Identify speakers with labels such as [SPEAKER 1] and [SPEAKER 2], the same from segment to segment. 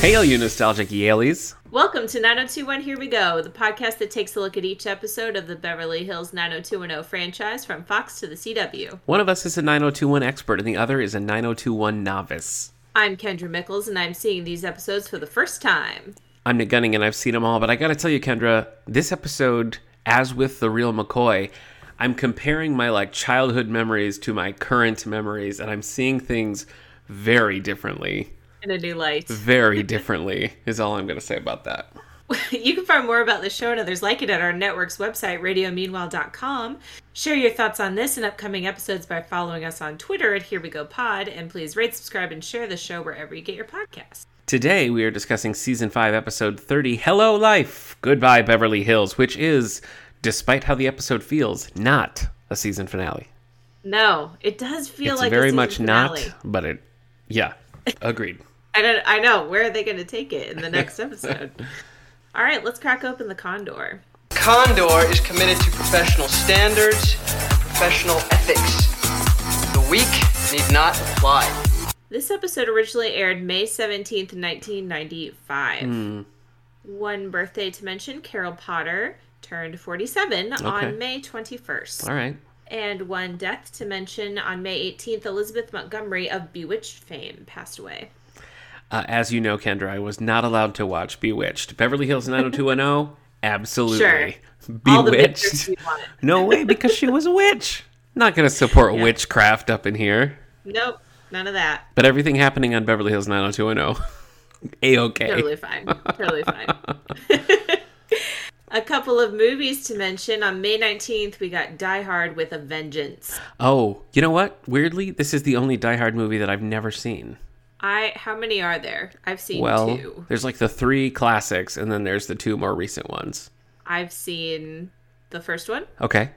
[SPEAKER 1] Hail, you nostalgic Yaleys.
[SPEAKER 2] Welcome to 9021 Here We Go, the podcast that takes a look at each episode of the Beverly Hills 90210 franchise from Fox to the CW.
[SPEAKER 1] One of us is a 9021 expert and the other is a 9021 novice.
[SPEAKER 2] I'm Kendra Mickles, and I'm seeing these episodes for the first time.
[SPEAKER 1] I'm Nick Gunning and I've seen them all, but I gotta tell you, Kendra, this episode, as with The Real McCoy, I'm comparing my like childhood memories to my current memories and I'm seeing things very differently.
[SPEAKER 2] In a new light.
[SPEAKER 1] Very differently is all I'm gonna say about that.
[SPEAKER 2] you can find more about the show and others like it at our network's website, radiomeanwhile.com. Share your thoughts on this and upcoming episodes by following us on Twitter at Here We Go Pod, and please rate, subscribe, and share the show wherever you get your podcasts.
[SPEAKER 1] Today we are discussing season 5 episode 30, Hello Life, Goodbye Beverly Hills, which is despite how the episode feels, not a season finale.
[SPEAKER 2] No, it does feel
[SPEAKER 1] it's
[SPEAKER 2] like a
[SPEAKER 1] very
[SPEAKER 2] season
[SPEAKER 1] much
[SPEAKER 2] finale.
[SPEAKER 1] not, but it, yeah, agreed.
[SPEAKER 2] I don't. I know. Where are they going to take it in the next episode? All right, let's crack open the Condor.
[SPEAKER 3] Condor is committed to professional standards, professional ethics. The weak need not apply.
[SPEAKER 2] This episode originally aired May seventeenth, nineteen ninety-five.
[SPEAKER 1] Hmm.
[SPEAKER 2] One birthday to mention: Carol Potter turned forty-seven
[SPEAKER 1] Okay.
[SPEAKER 2] on May twenty-first,
[SPEAKER 1] All right.
[SPEAKER 2] and one death to mention on May eighteenth. Elizabeth Montgomery of Bewitched fame passed away.
[SPEAKER 1] Uh, as you know, Kendra, I was not allowed to watch Bewitched. Beverly Hills 90210, absolutely.
[SPEAKER 2] All the
[SPEAKER 1] Bewitched.
[SPEAKER 2] pictures you wanted.
[SPEAKER 1] no way, because she was a witch. Not going to support witchcraft up in here.
[SPEAKER 2] Nope, none of that.
[SPEAKER 1] But everything happening on Beverly Hills 90210, a
[SPEAKER 2] Totally
[SPEAKER 1] okay.
[SPEAKER 2] fine. Totally fine. A couple of movies to mention. On May 19th, we got Die Hard with a Vengeance.
[SPEAKER 1] Oh, you know what? Weirdly, this is the only Die Hard movie that I've never seen.
[SPEAKER 2] I how many are there? I've seen
[SPEAKER 1] Well,
[SPEAKER 2] two.
[SPEAKER 1] there's like the three classics, and then there's the two more recent ones.
[SPEAKER 2] I've seen the first one
[SPEAKER 1] Okay.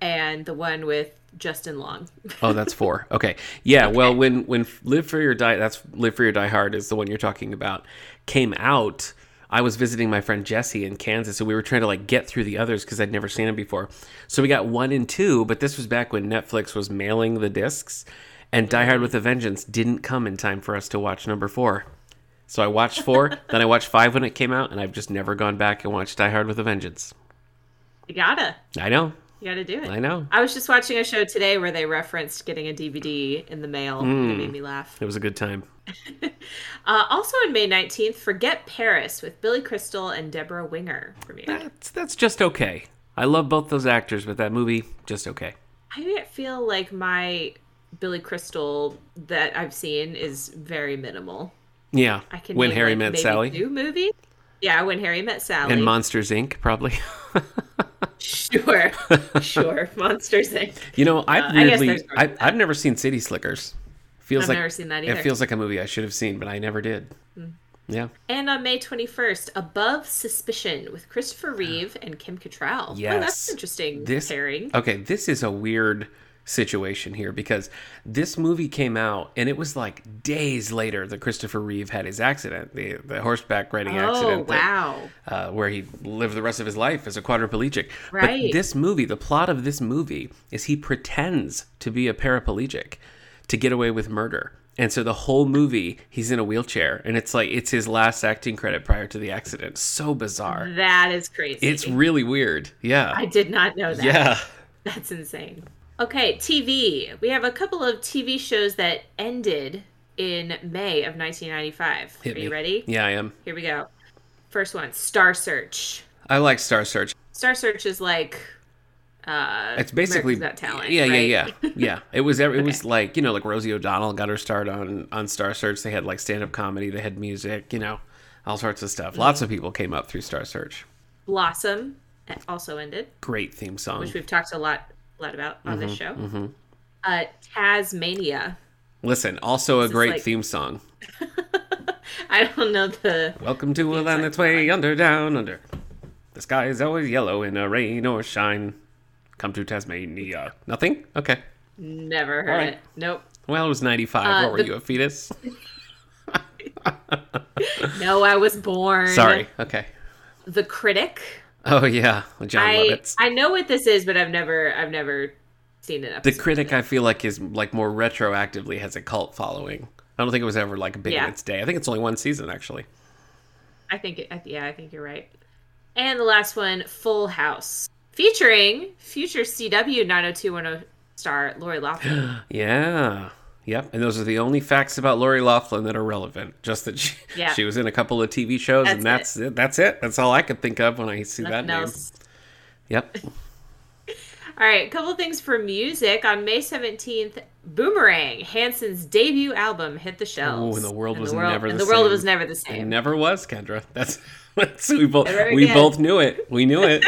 [SPEAKER 2] and the one with Justin Long.
[SPEAKER 1] Oh, that's four. Okay. Yeah. Well, when when Live for Your Die that's Live for Your Die Hard is the one you're talking about came out. I was visiting my friend Jesse in Kansas, and we were trying to like get through the others because I'd never seen them before. So we got one and two, but this was back when Netflix was mailing the discs, and Die Hard with a Vengeance didn't come in time for us to watch number four. So I watched four, then I watched five when it came out, and I've just never gone back and watched Die Hard with a Vengeance.
[SPEAKER 2] You gotta.
[SPEAKER 1] I know,
[SPEAKER 2] You gotta do it.
[SPEAKER 1] I know.
[SPEAKER 2] I was just watching a show today where they referenced getting a DVD in the mail. and It made me laugh.
[SPEAKER 1] It was a good time.
[SPEAKER 2] Uh, also on May 19th, Forget Paris with Billy Crystal and Deborah Winger premiere.
[SPEAKER 1] That's, that's just okay. I love both those actors, but that movie just okay.
[SPEAKER 2] I feel like my Billy Crystal that I've seen is very minimal.
[SPEAKER 1] Yeah,
[SPEAKER 2] I can
[SPEAKER 1] when
[SPEAKER 2] name,
[SPEAKER 1] Harry
[SPEAKER 2] like,
[SPEAKER 1] met
[SPEAKER 2] maybe
[SPEAKER 1] Sally
[SPEAKER 2] Two movies. Yeah, when Harry met Sally.
[SPEAKER 1] and Monsters Inc. Probably.
[SPEAKER 2] sure, sure. Monsters Inc.
[SPEAKER 1] you know, I've
[SPEAKER 2] Uh, I guess
[SPEAKER 1] weirdly
[SPEAKER 2] there's more
[SPEAKER 1] I,
[SPEAKER 2] to that.
[SPEAKER 1] I've never seen City Slickers. Feels
[SPEAKER 2] I've
[SPEAKER 1] like
[SPEAKER 2] never seen that
[SPEAKER 1] It
[SPEAKER 2] either. Hmm.
[SPEAKER 1] feels like a movie I should have seen, but I never did. Yeah.
[SPEAKER 2] And on May twenty first, Above Suspicion with Christopher Reeve and Kim Cattrall. Oh,
[SPEAKER 1] Yes.
[SPEAKER 2] that's interesting
[SPEAKER 1] this
[SPEAKER 2] pairing.
[SPEAKER 1] Okay, this is a weird situation here because this movie came out and it was like days later that Christopher Reeve had his accident, the the horseback riding
[SPEAKER 2] oh
[SPEAKER 1] accident. that-
[SPEAKER 2] wow!
[SPEAKER 1] uh, where he lived the rest of his life as a quadriplegic. But
[SPEAKER 2] Right.
[SPEAKER 1] this movie, the plot of this movie is he pretends to be a paraplegic to get away with murder. And so the whole movie, he's in a wheelchair, and it's like it's his last acting credit prior to the accident. So bizarre.
[SPEAKER 2] that is crazy.
[SPEAKER 1] It's really weird. Yeah.
[SPEAKER 2] I did not know that.
[SPEAKER 1] yeah.
[SPEAKER 2] That's insane. Okay, TV. We have a couple of TV shows that ended in May of 1995.
[SPEAKER 1] Hit
[SPEAKER 2] Are
[SPEAKER 1] me.
[SPEAKER 2] you ready?
[SPEAKER 1] Yeah, I am.
[SPEAKER 2] Here we go. First one, Star Search.
[SPEAKER 1] I like Star Search.
[SPEAKER 2] Star Search is like uh
[SPEAKER 1] It's basically
[SPEAKER 2] America's Got Talent,
[SPEAKER 1] Yeah,
[SPEAKER 2] right?
[SPEAKER 1] yeah, yeah, yeah. It was every, it was like you know like Rosie O'Donnell got her start on on Star Search. They had like stand up comedy. They had music. You know, all sorts of stuff. Lots
[SPEAKER 2] Mm-hmm.
[SPEAKER 1] of people came up through Star Search.
[SPEAKER 2] Blossom uh, also ended,
[SPEAKER 1] Great theme song.
[SPEAKER 2] which we've talked a lot a lot about on
[SPEAKER 1] Mm-hmm,
[SPEAKER 2] this show. Uh Tasmania.
[SPEAKER 1] Listen, also a
[SPEAKER 2] is
[SPEAKER 1] great
[SPEAKER 2] like-
[SPEAKER 1] theme song.
[SPEAKER 2] I don't know the
[SPEAKER 1] Welcome to a land that's way under down under. The sky is always yellow in a rain or shine. Come to Tasmania. Nothing. Okay.
[SPEAKER 2] never heard
[SPEAKER 1] Alright.
[SPEAKER 2] it. Nope.
[SPEAKER 1] Well, it was ninety five.
[SPEAKER 2] Uh,
[SPEAKER 1] what were
[SPEAKER 2] the-
[SPEAKER 1] you a fetus?
[SPEAKER 2] No, I was born.
[SPEAKER 1] Sorry. Okay.
[SPEAKER 2] The Critic.
[SPEAKER 1] Oh yeah, John
[SPEAKER 2] I
[SPEAKER 1] Lovitz.
[SPEAKER 2] I know what this is, but I've never I've never seen it.
[SPEAKER 1] The critic, I feel like, is like more retroactively has a cult following. I don't think it was ever like big
[SPEAKER 2] Yeah.
[SPEAKER 1] in its day. I think it's only one season actually.
[SPEAKER 2] I think, it, I- yeah, I think you're right. And the last one, Full House, featuring future CW 90210 star Lori Loughlin.
[SPEAKER 1] Yeah. Yep. And those are the only facts about Lori Laughlin that are relevant. Just that she,
[SPEAKER 2] Yeah.
[SPEAKER 1] she was in a couple of TV shows and
[SPEAKER 2] That's
[SPEAKER 1] that's it. That's it. That's all I could think of when I see that
[SPEAKER 2] Nothing
[SPEAKER 1] name.
[SPEAKER 2] else.
[SPEAKER 1] Yep.
[SPEAKER 2] All right, a couple things for music. On May 17th, Boomerang, Hanson's debut album, hit the
[SPEAKER 1] Oh,
[SPEAKER 2] shelves.
[SPEAKER 1] and the world
[SPEAKER 2] And
[SPEAKER 1] was
[SPEAKER 2] the world,
[SPEAKER 1] never
[SPEAKER 2] and
[SPEAKER 1] the
[SPEAKER 2] the world
[SPEAKER 1] same.
[SPEAKER 2] was never the
[SPEAKER 1] It
[SPEAKER 2] same.
[SPEAKER 1] never was, Kendra. That's, that's we both
[SPEAKER 2] Never
[SPEAKER 1] we
[SPEAKER 2] again.
[SPEAKER 1] both knew it. We knew it.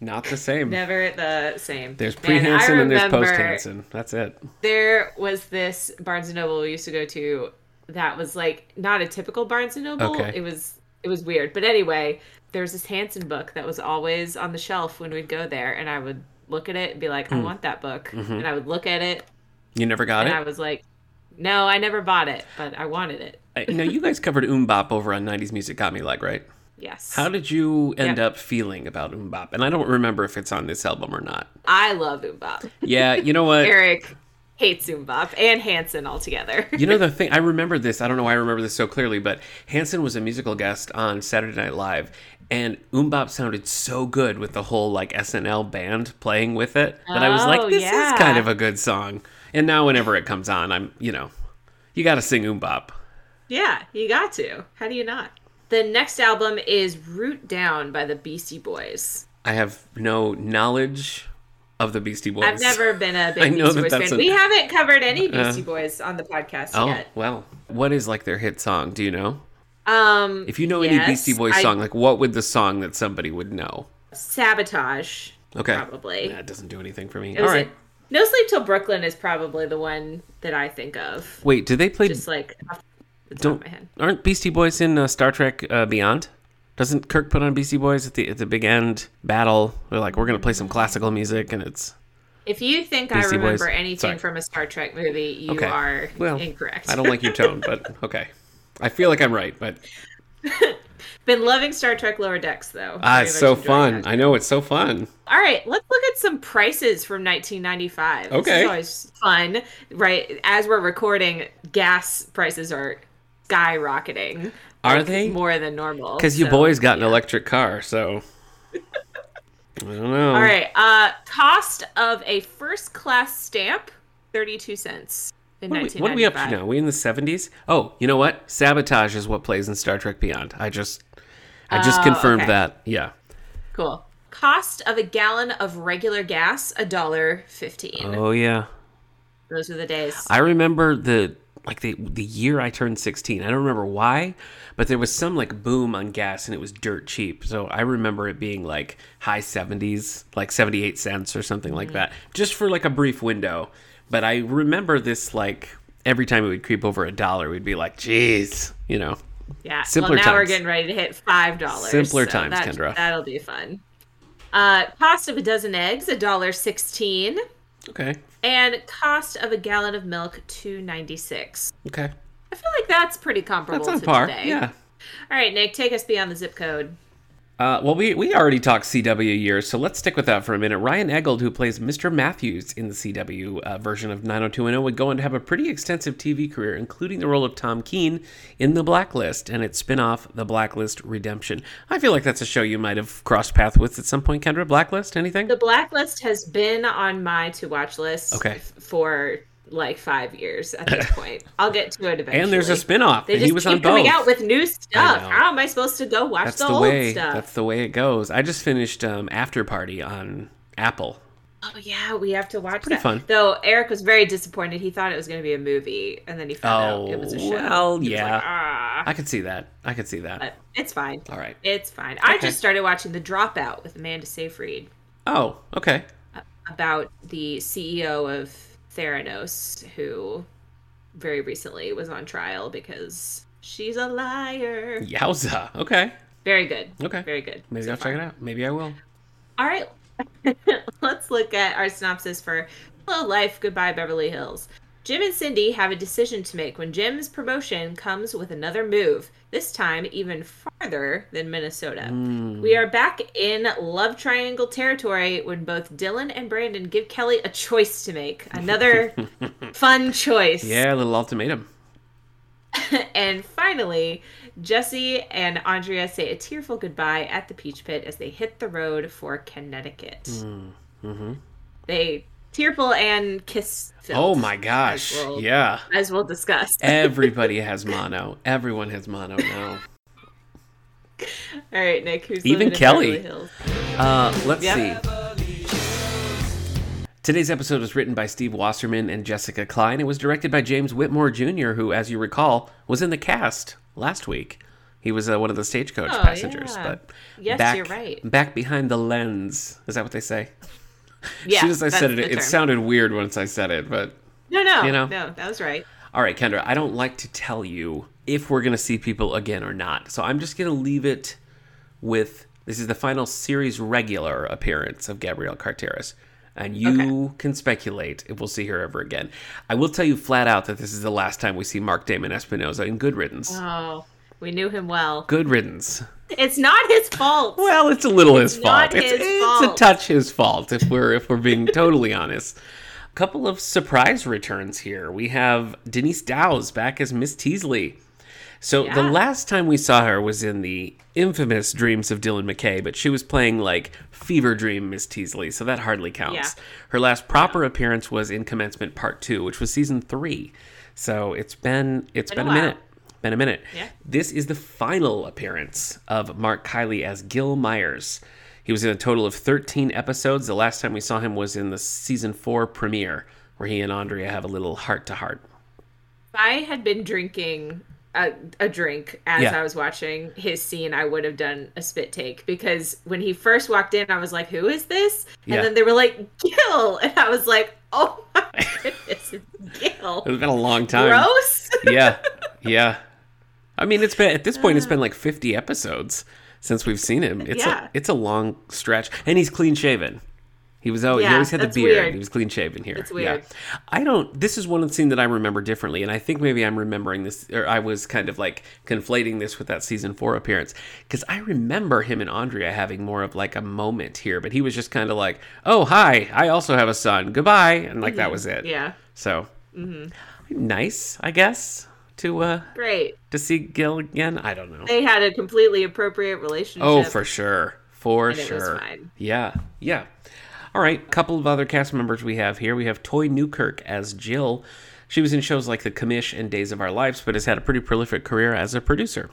[SPEAKER 1] Not the same.
[SPEAKER 2] Never the same.
[SPEAKER 1] There's
[SPEAKER 2] Man,
[SPEAKER 1] pre Hanson
[SPEAKER 2] I
[SPEAKER 1] and there's post
[SPEAKER 2] remember
[SPEAKER 1] Hanson. That's it.
[SPEAKER 2] There was this Barnes and Noble we used to go to that was like not a typical Barnes and Noble.
[SPEAKER 1] Okay.
[SPEAKER 2] It was it was weird. But anyway, there was this Hanson book that was always on the shelf when we'd go there and I would look at it and be like,
[SPEAKER 1] Hmm.
[SPEAKER 2] I want that book.
[SPEAKER 1] Mm-hmm.
[SPEAKER 2] And I would look at it
[SPEAKER 1] You never got
[SPEAKER 2] and
[SPEAKER 1] it?
[SPEAKER 2] I was like, No, I never bought it, but I wanted it.
[SPEAKER 1] I, now you guys covered Umbop over on '90s Music Got Me Like, right?
[SPEAKER 2] Yes.
[SPEAKER 1] How did you end up feeling about Umbop? And I don't remember if it's on this album or not.
[SPEAKER 2] I love Umbop.
[SPEAKER 1] Yeah, you know what?
[SPEAKER 2] Eric hates Umbop and Hanson altogether.
[SPEAKER 1] You know the thing I remember this. I don't know why I remember this so clearly, but Hanson was a musical guest on Saturday Night Live, and Umbop sounded so good with the whole like SNL band playing with it that I was
[SPEAKER 2] Oh,
[SPEAKER 1] like, this
[SPEAKER 2] yeah.
[SPEAKER 1] is kind of a good song. And now whenever it comes on, I'm you know, you got to sing Umbop.
[SPEAKER 2] Yeah, you got to. How do you not? The next album is Root Down by the Beastie Boys.
[SPEAKER 1] I have no knowledge of the Beastie Boys.
[SPEAKER 2] I've never been a
[SPEAKER 1] I
[SPEAKER 2] big
[SPEAKER 1] know
[SPEAKER 2] Beastie
[SPEAKER 1] that
[SPEAKER 2] Boys
[SPEAKER 1] that's
[SPEAKER 2] fan.
[SPEAKER 1] an-
[SPEAKER 2] We haven't covered any Beastie Boys on the podcast
[SPEAKER 1] Oh
[SPEAKER 2] yet.
[SPEAKER 1] well, what is like their hit song? Do you know?
[SPEAKER 2] Um,
[SPEAKER 1] If you know
[SPEAKER 2] Yes,
[SPEAKER 1] any Beastie Boys
[SPEAKER 2] I-
[SPEAKER 1] song, like what would the song that somebody would know?
[SPEAKER 2] Sabotage,
[SPEAKER 1] Okay,
[SPEAKER 2] probably.
[SPEAKER 1] that doesn't do anything for me.
[SPEAKER 2] It
[SPEAKER 1] All
[SPEAKER 2] was a-
[SPEAKER 1] right.
[SPEAKER 2] no Sleep Till Brooklyn is probably the one that I think of.
[SPEAKER 1] Wait, do they play?
[SPEAKER 2] Just like off the top
[SPEAKER 1] don't
[SPEAKER 2] of my head.
[SPEAKER 1] aren't Beastie Boys in uh, Star Trek uh, Beyond? Doesn't Kirk put on Beastie Boys at the at the big end battle? They're like, we're gonna play some classical music, and it's
[SPEAKER 2] If you think
[SPEAKER 1] Beastie
[SPEAKER 2] I
[SPEAKER 1] Boys.
[SPEAKER 2] remember anything
[SPEAKER 1] Sorry.
[SPEAKER 2] from a Star Trek movie, you
[SPEAKER 1] okay.
[SPEAKER 2] are
[SPEAKER 1] well,
[SPEAKER 2] incorrect.
[SPEAKER 1] I don't like your tone, but okay. I feel like I'm right, but
[SPEAKER 2] Been loving Star Trek Lower Decks though.
[SPEAKER 1] ah,
[SPEAKER 2] Very
[SPEAKER 1] it's
[SPEAKER 2] much
[SPEAKER 1] so
[SPEAKER 2] enjoying
[SPEAKER 1] fun.
[SPEAKER 2] that.
[SPEAKER 1] I know it's so fun.
[SPEAKER 2] All right, let's look at some prices from 1995.
[SPEAKER 1] Okay.
[SPEAKER 2] This is always fun, right? As we're recording, gas prices are skyrocketing.
[SPEAKER 1] Are
[SPEAKER 2] like,
[SPEAKER 1] they?
[SPEAKER 2] more than normal?
[SPEAKER 1] Because you
[SPEAKER 2] so-
[SPEAKER 1] boys got an electric car, so I don't know.
[SPEAKER 2] All right. Uh, cost of a first class stamp, 32 cents in
[SPEAKER 1] What are, we,
[SPEAKER 2] 1995.
[SPEAKER 1] what are we up to now? We in the seventies? Oh, you know what? Sabotage is what plays in Star Trek Beyond. I just, I just
[SPEAKER 2] Oh,
[SPEAKER 1] confirmed
[SPEAKER 2] okay.
[SPEAKER 1] that. Yeah.
[SPEAKER 2] Cool. Cost of a gallon of regular gas, a dollar fifteen.
[SPEAKER 1] Oh yeah.
[SPEAKER 2] Those are the days.
[SPEAKER 1] I remember the like the the year I turned sixteen. I don't remember why, but there was some like boom on gas and it was dirt cheap. So I remember it being like high seventies, like seventy eight cents or something like that, just for like a brief window. But I remember this like every time it would creep over a dollar, we'd be like, "Jeez," you know.
[SPEAKER 2] Yeah.
[SPEAKER 1] Simpler
[SPEAKER 2] well, now we're
[SPEAKER 1] times.
[SPEAKER 2] getting ready to hit five dollars.
[SPEAKER 1] Simpler times,
[SPEAKER 2] that,
[SPEAKER 1] Kendra.
[SPEAKER 2] That'll be fun. Uh, cost of a dozen eggs, a dollar sixteen,
[SPEAKER 1] Okay.
[SPEAKER 2] and cost of a gallon of milk, two ninety six.
[SPEAKER 1] Okay.
[SPEAKER 2] I feel like that's pretty comparable
[SPEAKER 1] That's on
[SPEAKER 2] to
[SPEAKER 1] par.
[SPEAKER 2] today.
[SPEAKER 1] Yeah.
[SPEAKER 2] All right, Nick, take us beyond the zip code.
[SPEAKER 1] Uh, well, we, we already talked CW years, so let's stick with that for a minute. Ryan Eggold, who plays Mr. Matthews in the CW uh, version of 90210, would go on to have a pretty extensive TV career, including the role of Tom Keene in The Blacklist and its spin off, The Blacklist Redemption. I feel like that's a show you might have crossed path with at some point, Kendra. Blacklist, anything?
[SPEAKER 2] The blacklist has been on my to watch list
[SPEAKER 1] Okay.
[SPEAKER 2] f- for like five years at this point. I'll get to it eventually.
[SPEAKER 1] and there's a spin off,
[SPEAKER 2] They
[SPEAKER 1] and
[SPEAKER 2] just
[SPEAKER 1] he was
[SPEAKER 2] keep
[SPEAKER 1] on
[SPEAKER 2] coming
[SPEAKER 1] both.
[SPEAKER 2] out with new stuff.
[SPEAKER 1] know.
[SPEAKER 2] How am I supposed to go watch
[SPEAKER 1] that's
[SPEAKER 2] the,
[SPEAKER 1] the
[SPEAKER 2] old
[SPEAKER 1] way.
[SPEAKER 2] stuff?
[SPEAKER 1] That's the way it goes. I just finished um, After Party on Apple.
[SPEAKER 2] Oh yeah, we have to watch
[SPEAKER 1] pretty
[SPEAKER 2] that.
[SPEAKER 1] fun.
[SPEAKER 2] Though Eric was very disappointed. He thought it was going to be a movie, and then he found out it was a show.
[SPEAKER 1] Oh, well,
[SPEAKER 2] He was
[SPEAKER 1] yeah.
[SPEAKER 2] like, ah,
[SPEAKER 1] I could see that. I could see that.
[SPEAKER 2] but it's fine.
[SPEAKER 1] All right.
[SPEAKER 2] It's fine. I just started watching The Dropout with Amanda Seyfried
[SPEAKER 1] Oh, okay.
[SPEAKER 2] about the CEO of Theranos, who very recently was on trial because she's a liar.
[SPEAKER 1] Yowza. Okay.
[SPEAKER 2] Very good.
[SPEAKER 1] Okay.
[SPEAKER 2] Very good.
[SPEAKER 1] Maybe
[SPEAKER 2] so
[SPEAKER 1] I'll
[SPEAKER 2] far.
[SPEAKER 1] check it out. Maybe I will.
[SPEAKER 2] All right, let's look at our synopsis for Hello Life, Goodbye Beverly Hills. Jim and Cindy have a decision to make when Jim's promotion comes with another move, this time even farther than Minnesota. We are back in love triangle territory when both Dylan and Brandon give Kelly a choice to make. Another fun choice.
[SPEAKER 1] Yeah, a little ultimatum.
[SPEAKER 2] and finally, Jesse and Andrea say a tearful goodbye at the Peach Pit as they hit the road for Connecticut.
[SPEAKER 1] Mhm.
[SPEAKER 2] They tearful and kiss.
[SPEAKER 1] Oh my gosh.
[SPEAKER 2] Well,
[SPEAKER 1] Yeah.
[SPEAKER 2] As we'll discuss.
[SPEAKER 1] Everybody has mono. Everyone has mono now.
[SPEAKER 2] All right, Nick. Who's
[SPEAKER 1] Even
[SPEAKER 2] living in
[SPEAKER 1] Kelly.
[SPEAKER 2] Beverly Hills?
[SPEAKER 1] Uh, let's
[SPEAKER 2] Yeah.
[SPEAKER 1] see. Today's episode was written by Steve Wasserman and Jessica Klein. It was directed by James Whitmore Jr., who, as you recall, was in the cast last week. He was uh, one of the stagecoach
[SPEAKER 2] Oh,
[SPEAKER 1] passengers,
[SPEAKER 2] yeah.
[SPEAKER 1] but
[SPEAKER 2] Yes,
[SPEAKER 1] back,
[SPEAKER 2] you're right.
[SPEAKER 1] back behind the lens. Is that what they say?
[SPEAKER 2] Yeah.
[SPEAKER 1] as soon as I
[SPEAKER 2] that's
[SPEAKER 1] said it,
[SPEAKER 2] the
[SPEAKER 1] it
[SPEAKER 2] term.
[SPEAKER 1] sounded weird once I said it, but
[SPEAKER 2] No, no,
[SPEAKER 1] you know.
[SPEAKER 2] no. That was right.
[SPEAKER 1] all right, Kendra, I don't like to tell you if we're going to see people again or not. So I'm just going to leave it with this is the final series regular appearance of Gabrielle Carteris. And you can speculate if we'll see her ever again. I will tell you flat out that this is the last time we see Mark Damon Espinosa in Good Riddance.
[SPEAKER 2] Oh, we knew him well.
[SPEAKER 1] Good Riddance.
[SPEAKER 2] It's not his fault.
[SPEAKER 1] Well, it's a little his
[SPEAKER 2] Not
[SPEAKER 1] fault. It's,
[SPEAKER 2] his
[SPEAKER 1] it's a
[SPEAKER 2] fault.
[SPEAKER 1] touch his fault if we're if we're being totally honest. A couple of surprise returns here. We have Denise Dow's back as Miss Teasley. So the
[SPEAKER 2] Yeah.
[SPEAKER 1] last time we saw her was in the infamous Dreams of Dylan McKay, but she was playing like Fever Dream Miss Teasley, so that hardly counts.
[SPEAKER 2] Yeah.
[SPEAKER 1] Her last proper appearance was in Commencement Part 2, which was season 3. So it's been it's been,
[SPEAKER 2] Been a
[SPEAKER 1] a
[SPEAKER 2] while.
[SPEAKER 1] minute. Been a minute.
[SPEAKER 2] Yeah.
[SPEAKER 1] This is the final appearance of Mark Kiley as Gil Myers. He was in a total of 13 episodes. The last time we saw him was in the season 4 premiere where he and Andrea have a little heart to heart.
[SPEAKER 2] If I had been drinking a, a drink as
[SPEAKER 1] Yeah.
[SPEAKER 2] I was watching his scene, I would have done a spit take because when he first walked in, I was like, "Who is this?"
[SPEAKER 1] Yeah.
[SPEAKER 2] And then they were like, "Gil," and I was like, "Oh my goodness, it's Gil."
[SPEAKER 1] It's been a long time.
[SPEAKER 2] Gross.
[SPEAKER 1] yeah, yeah. I mean, it's been at this point, it's been like fifty episodes since we've seen him. It's
[SPEAKER 2] Yeah.
[SPEAKER 1] a it's a long stretch, and he's clean shaven. He was always he
[SPEAKER 2] Yeah,
[SPEAKER 1] always had the
[SPEAKER 2] that's
[SPEAKER 1] beard.
[SPEAKER 2] weird.
[SPEAKER 1] He was clean shaven here.
[SPEAKER 2] It's weird.
[SPEAKER 1] Yeah. I don't. This is one scene that I remember differently, and I think maybe I'm remembering this, or I was kind of like conflating this with that season four appearance because I remember him and Andrea having more of like a moment here, but he was just kind of like, "Oh hi, I also have a son. Goodbye," and like
[SPEAKER 2] Mm-hmm.
[SPEAKER 1] that was it.
[SPEAKER 2] yeah.
[SPEAKER 1] So Mm-hmm. nice, I guess, to uh
[SPEAKER 2] Great.
[SPEAKER 1] to see Gil again. I don't know.
[SPEAKER 2] They had a completely appropriate relationship.
[SPEAKER 1] Oh, for sure, for
[SPEAKER 2] it was
[SPEAKER 1] sure.
[SPEAKER 2] fine.
[SPEAKER 1] Yeah, yeah. All right, a couple of other cast members we have here. We have Toy Newkirk as Jill. She was in shows like The Commish and Days of Our Lives, but has had a pretty prolific career as a producer.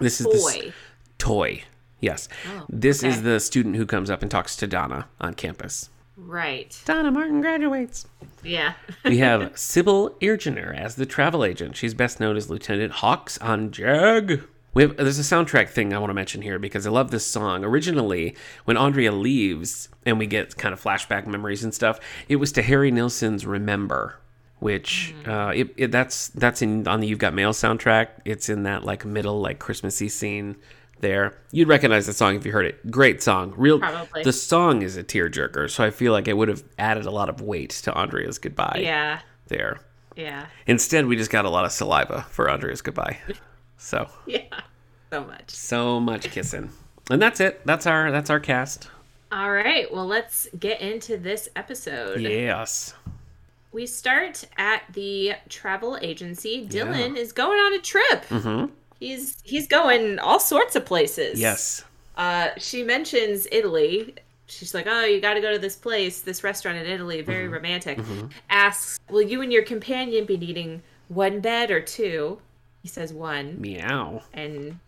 [SPEAKER 1] This is the
[SPEAKER 2] Boy.
[SPEAKER 1] s- toy. Yes, this is
[SPEAKER 2] Oh, okay.
[SPEAKER 1] the student who comes up and talks to Donna on campus.
[SPEAKER 2] Right.
[SPEAKER 1] Donna Martin graduates.
[SPEAKER 2] Yeah.
[SPEAKER 1] We have Sybil Irginer as the travel agent. She's best known as Lieutenant Hawks on Jag. We have, there's a soundtrack thing I want to mention here because I love this song. Originally, when Andrea leaves and we get kind of flashback memories and stuff, it was to Harry Nilsson's "Remember," which uh, it, it, that's that's in on the "You've Got Mail" soundtrack. It's in that like middle like Christmassy scene there. You'd recognize the song if you heard it. Great song. Real.
[SPEAKER 2] Probably.
[SPEAKER 1] The song is a tearjerker, so I feel like it would have added a lot of weight to Andrea's goodbye
[SPEAKER 2] yeah.
[SPEAKER 1] there.
[SPEAKER 2] Yeah.
[SPEAKER 1] Instead, we just got a lot of saliva for Andrea's goodbye. So
[SPEAKER 2] Yeah. So much.
[SPEAKER 1] so much kissing, and that's it. That's our that's our cast.
[SPEAKER 2] All right. Well, let's get into this episode.
[SPEAKER 1] Yes.
[SPEAKER 2] We start at the travel agency. Dylan is going on a trip. He's he's going all sorts of places.
[SPEAKER 1] Yes.
[SPEAKER 2] Uh, she mentions Italy. She's like, "Oh, you got to go to this place, this restaurant in Italy, very romantic." Asks, "Will you and your companion be needing one bed or two? He says one,
[SPEAKER 1] Meow.
[SPEAKER 2] and